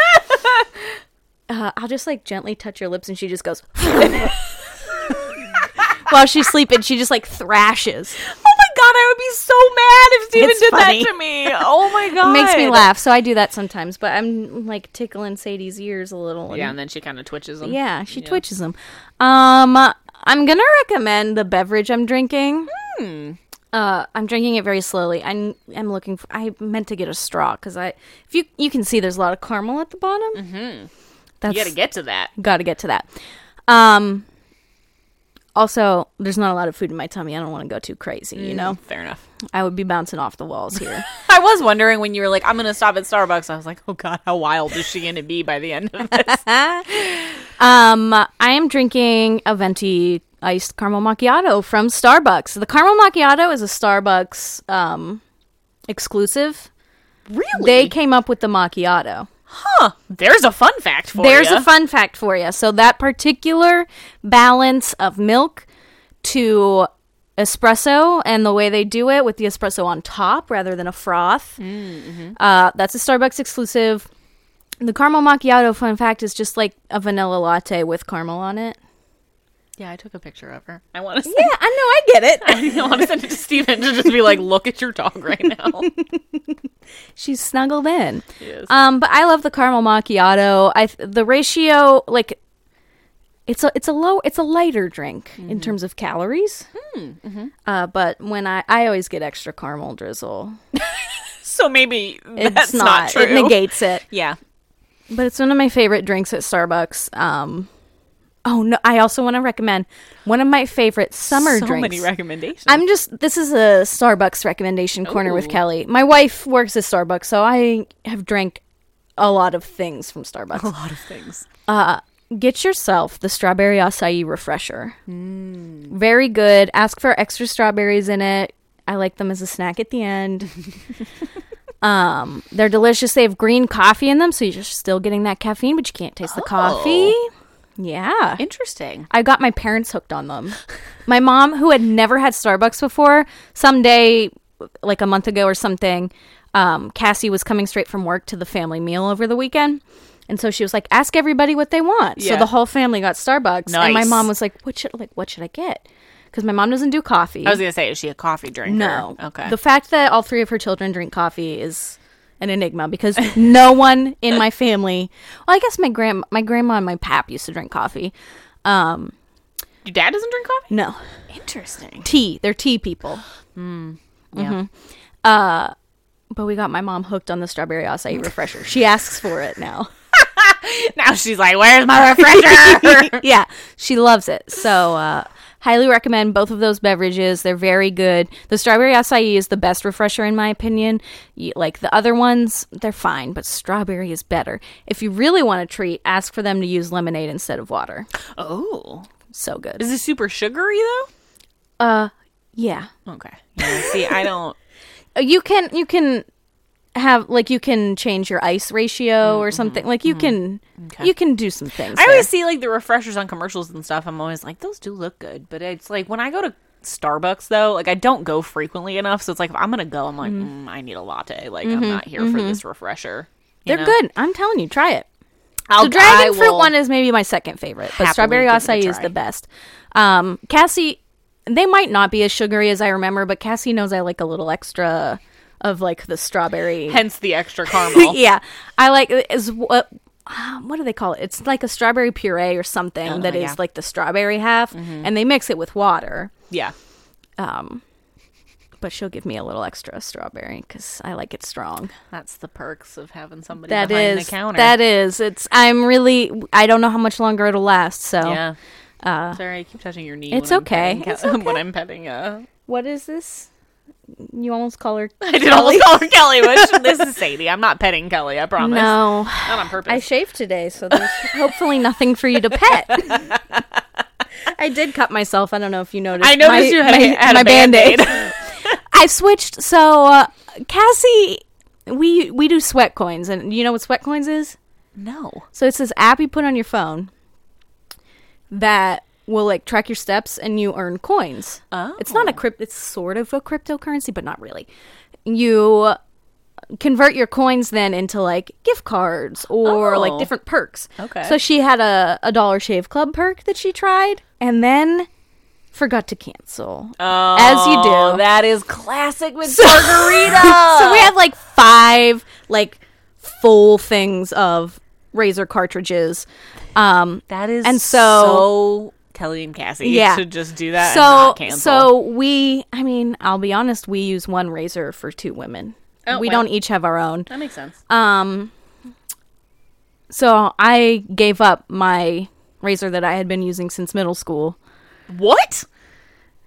S2: Uh, I'll just like gently touch your lips, and she just goes. While she's sleeping, she just like thrashes.
S1: Oh my god, I would be so mad if Steven
S2: It's
S1: did
S2: funny.
S1: that to me. Oh my god,
S2: It makes me laugh, so I do that sometimes. But I'm like tickling Sadie's ears a little. and-
S1: Yeah, and then she kind of twitches them.
S2: yeah, she twitches them. Um, I'm gonna recommend the beverage I'm drinking. Uh, I'm drinking it very slowly. I'm I'm looking. For, I meant to get a straw because I, if you you can see, there's a lot of caramel at the bottom. Mm-hmm. That's
S1: You got to get to that.
S2: Got to get to that. Um also, there's not a lot of food in my tummy. I don't want to go too crazy, you know.
S1: Fair enough.
S2: I would be bouncing off the walls here.
S1: I was wondering when you were like, I'm going to stop at Starbucks. I was like, oh God, how wild is she going to be by the end of this?
S2: um I am drinking a venti iced caramel macchiato from Starbucks. The caramel macchiato is a Starbucks um exclusive.
S1: really?
S2: They came up with the macchiato.
S1: huh. There's a fun fact for
S2: There's
S1: ya.
S2: a fun fact for you. So that particular balance of milk to espresso and the way they do it with the espresso on top rather than a froth. Uh, that's a Starbucks exclusive. The caramel macchiato fun fact is just like a vanilla latte with caramel on it.
S1: yeah, I took a picture of her. I want to
S2: Yeah, I know, I get it.
S1: I want to send it to Steven to just be like, look at your dog right now.
S2: She's snuggled in.
S1: Yes.
S2: Um, but I love the caramel macchiato. I th- the ratio like it's a it's a low it's a lighter drink
S1: Mm-hmm.
S2: in terms of calories.
S1: Hmm,
S2: Uh, but when I I always get extra caramel drizzle.
S1: so maybe
S2: It's
S1: that's not,
S2: not,
S1: true.
S2: it negates it.
S1: yeah.
S2: But it's one of my favorite drinks at Starbucks. Um, oh no, I also want to recommend one of my favorite summer
S1: so
S2: drinks.
S1: many recommendations.
S2: I'm just this is a Starbucks recommendation corner with
S1: Ooh.
S2: Kelly. My wife works at Starbucks, so I have drank a lot of things from Starbucks.
S1: a lot of things.
S2: Uh, get yourself the strawberry acai refresher.
S1: Mm.
S2: Very good. Ask for extra strawberries in it. I like them as a snack at the end. um, they're delicious. They have green coffee in them, so you're still getting that caffeine, but you can't taste the
S1: Oh.
S2: coffee. Yeah.
S1: Interesting.
S2: I got my parents hooked on them. my mom, who had never had Starbucks before, someday, like a month ago or something, um, Cassie was coming straight from work to the family meal over the weekend. And so she was like, ask everybody what they want. So
S1: Yeah.
S2: the whole family got Starbucks. And my
S1: Nice.
S2: mom was like, what should, like, what should I get? Because my mom doesn't do coffee.
S1: I was going to say, is she a coffee drinker?
S2: no.
S1: Okay.
S2: The fact that all three of her children drink coffee is an enigma because no one in my family, well, I guess my, grand, my grandma and my pap used to drink coffee. Um,
S1: Your dad doesn't drink coffee?
S2: no
S1: Interesting.
S2: tea. They're tea people.
S1: Yeah.
S2: But we got my mom hooked on the strawberry acai refresher. She asks for it now.
S1: Now she's like, where's my refresher?
S2: yeah, she loves it. So, uh, highly recommend both of those beverages. They're very good. The strawberry acai is the best refresher, in my opinion. You, like the other ones, they're fine, but strawberry is better. If you really want a treat, ask for them to use lemonade instead of water.
S1: oh.
S2: So good.
S1: Is it super sugary, though?
S2: Yeah.
S1: Okay. Yeah, see, I don't.
S2: Uh, you can you can have like you can change your ice ratio or something like you can you can do some things
S1: Mm-hmm. I
S2: there.
S1: always see like the refreshers on commercials and stuff. I'm always like, those do look good, but it's like when I go to Starbucks though, like I don't go frequently enough, so it's like if I'm gonna go, I'm like, mm, I need a latte. Like I'm not here for this refresher. You
S2: Mm-hmm, they're
S1: know?
S2: good i'm telling you try it
S1: I'll,
S2: the dragon
S1: I
S2: fruit
S1: will-
S2: one is maybe my second favorite but
S1: Happily
S2: strawberry
S1: give it a
S2: acai is
S1: try.
S2: the best um cassie they might not be as sugary as i remember but cassie knows i like a little extra of like the strawberry
S1: Hence the extra caramel.
S2: yeah i like is what uh, what do they call it? It's like a strawberry puree or something that is
S1: Oh, yeah. Mm-hmm.
S2: like the strawberry half, and they mix it with water.
S1: yeah.
S2: Um, but she'll give me a little extra strawberry because I like it strong.
S1: That's the perks of having somebody
S2: That
S1: behind
S2: is
S1: the counter.
S2: that is. It's. I'm really. I don't know how much longer it'll last. So
S1: yeah. Sorry, I keep touching your knee.
S2: Uh, it's
S1: when I'm
S2: okay.
S1: petting
S2: It's
S1: Kel- when I'm petting a.
S2: what is this? You almost call her.
S1: I did almost call her Kelly, which this is Sadie. I'm not petting Kelly. I promise.
S2: No,
S1: Not on purpose.
S2: I shaved today, so there's hopefully nothing for you to pet. I did cut myself. I don't know if you noticed.
S1: I noticed
S2: My-
S1: you had,
S2: my,
S1: a, had
S2: my
S1: a band-aid.
S2: Band-Aid. I switched. So uh, Cassie, we we do sweat coins, and you know what sweat coins is?
S1: no.
S2: So it's this app you put on your phone that will like track your steps and you earn coins.
S1: Oh.
S2: It's not a crypt it's sort of a cryptocurrency, but not really. You convert your coins then into like gift cards or like
S1: Oh.
S2: different perks.
S1: Okay.
S2: So she had a, a Dollar Shave Club perk that she tried and then forgot to cancel.
S1: Oh,
S2: As you do.
S1: That is classic with
S2: so
S1: margarita.
S2: we had like five like full things of razor cartridges. Um
S1: that is
S2: And so-
S1: so Kelly and Cassie
S2: Yeah.
S1: should just do that. and
S2: so
S1: not cancel.
S2: so we i mean i'll be honest we use one razor for two women
S1: Oh,
S2: we
S1: well. uh,
S2: don't each have our own
S1: that makes sense.
S2: um So I gave up my razor that I had been using since middle school.
S1: What?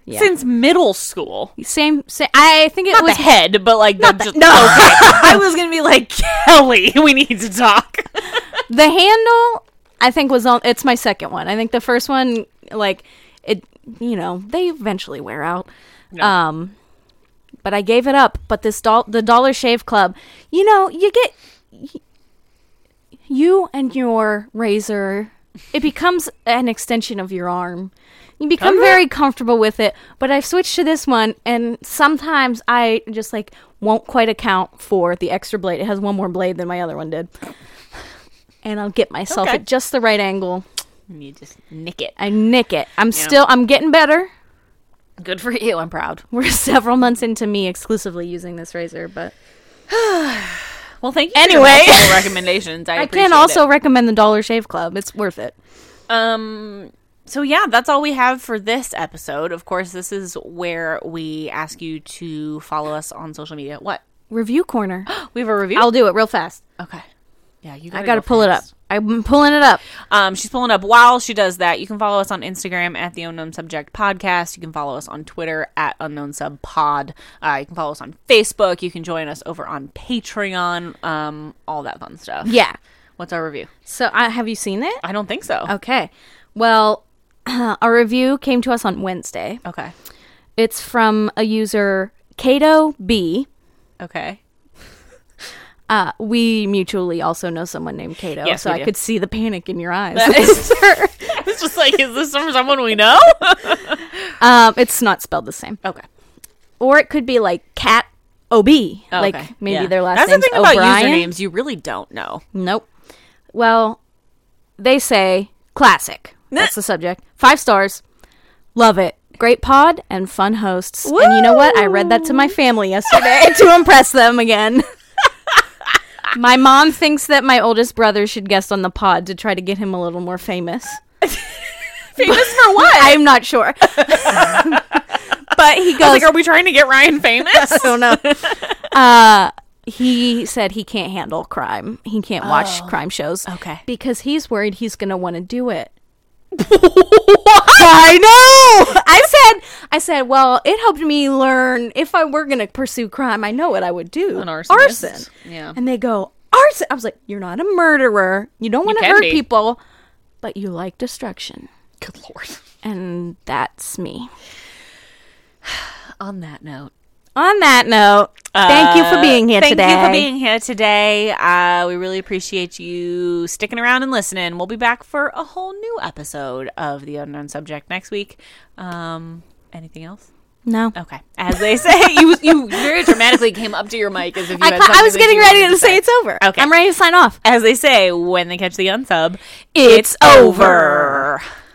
S2: Yeah.
S1: Since middle school.
S2: Same, same. I think it
S1: Not
S2: was
S1: the head, but like the, just-
S2: no.
S1: I was gonna be like Kelly. We need to talk.
S2: the handle. I think was on. It's my second one. I think the first one, like it, you know, they eventually wear out. Um, but I gave it up. But this doll, the Dollar Shave Club, you know, you get you and your razor. It becomes an extension of your arm. You become
S1: Does it?
S2: very comfortable with it. But I've switched to this one, and sometimes I just like won't quite account for the extra blade. It has one more blade than my other one did. And I'll get myself
S1: Okay.
S2: at just the right angle.
S1: you just nick it.
S2: I nick it. I'm still, I'm getting better.
S1: Good for you. I'm proud.
S2: We're several months into me exclusively using this razor, but
S1: Well, thank you.
S2: Anyway.
S1: for your helpful recommendations. I,
S2: I
S1: appreciate
S2: can
S1: it.
S2: also recommend the Dollar Shave Club. It's worth it.
S1: Um, so yeah, that's all we have for this episode. Of course, this is where we ask you to follow us on social media. What?
S2: Review corner.
S1: We have a review.
S2: I'll do it real fast.
S1: okay. Yeah, you.
S2: I
S1: Gotta
S2: gotta
S1: go
S2: pull
S1: first.
S2: it up. I'm pulling it up.
S1: Um, she's pulling up while she does that. You can follow us on Instagram at the Unknown Subject Podcast. You can follow us on Twitter at Unknown Sub Pod. Uh, you can follow us on Facebook. You can join us over on Patreon. Um, all that fun stuff.
S2: Yeah.
S1: What's our review? Uh,
S2: So I have you seen it?
S1: I don't think so.
S2: Okay. Well, our review came to us on Wednesday.
S1: Okay.
S2: It's from a user Kato B.
S1: Okay.
S2: Uh, we mutually also know someone named Kato,
S1: Yes,
S2: so
S1: we
S2: I
S1: do.
S2: could see the panic in your eyes.
S1: it's just like, is this from someone we know?
S2: um, it's not spelled the same,
S1: okay.
S2: or it could be like Cat Ob, like
S1: Oh, Okay.
S2: maybe
S1: Yeah.
S2: their last
S1: That's
S2: name's
S1: the thing about
S2: O'Brien.
S1: usernames. You really don't know.
S2: Nope. Well, they say classic. That's the subject. Five stars. Love it. Great pod and fun hosts. And you know what? I read that to my family yesterday to impress them again. my mom thinks that my oldest brother should guest on the pod to try to get him a little more famous.
S1: Famous for what?
S2: I'm not sure. but he goes,
S1: like, are we trying to get Ryan famous?
S2: I don't know. uh, he said he can't handle crime. He can't watch crime shows.
S1: Oh, Okay.
S2: Because he's worried he's going to want to do it. I know. I said, I said, well, it helped me learn if I were going to pursue crime, I know what I would do.
S1: An arsonist.
S2: Arson.
S1: Yeah.
S2: And they go, arson. I was like, you're not a murderer. You don't want to
S1: can
S2: hurt
S1: be.
S2: people, but you like destruction.
S1: Good lord.
S2: And that's me.
S1: On that note.
S2: On that note, thank you for
S1: Uh,
S2: being here today.
S1: Thank you for being here today. Uh, we really appreciate you sticking around and listening. We'll be back for a whole new episode of The Unknown Subject next week. Um, anything else?
S2: No.
S1: Okay. As they say, you you very dramatically came up to your mic as if you
S2: I,
S1: had
S2: ca- I
S1: something
S2: was
S1: that
S2: getting
S1: you
S2: ready
S1: wanted
S2: to say it's over.
S1: Okay.
S2: I'm ready to sign off.
S1: As they say, when they catch the unsub,
S2: It's over.
S1: over.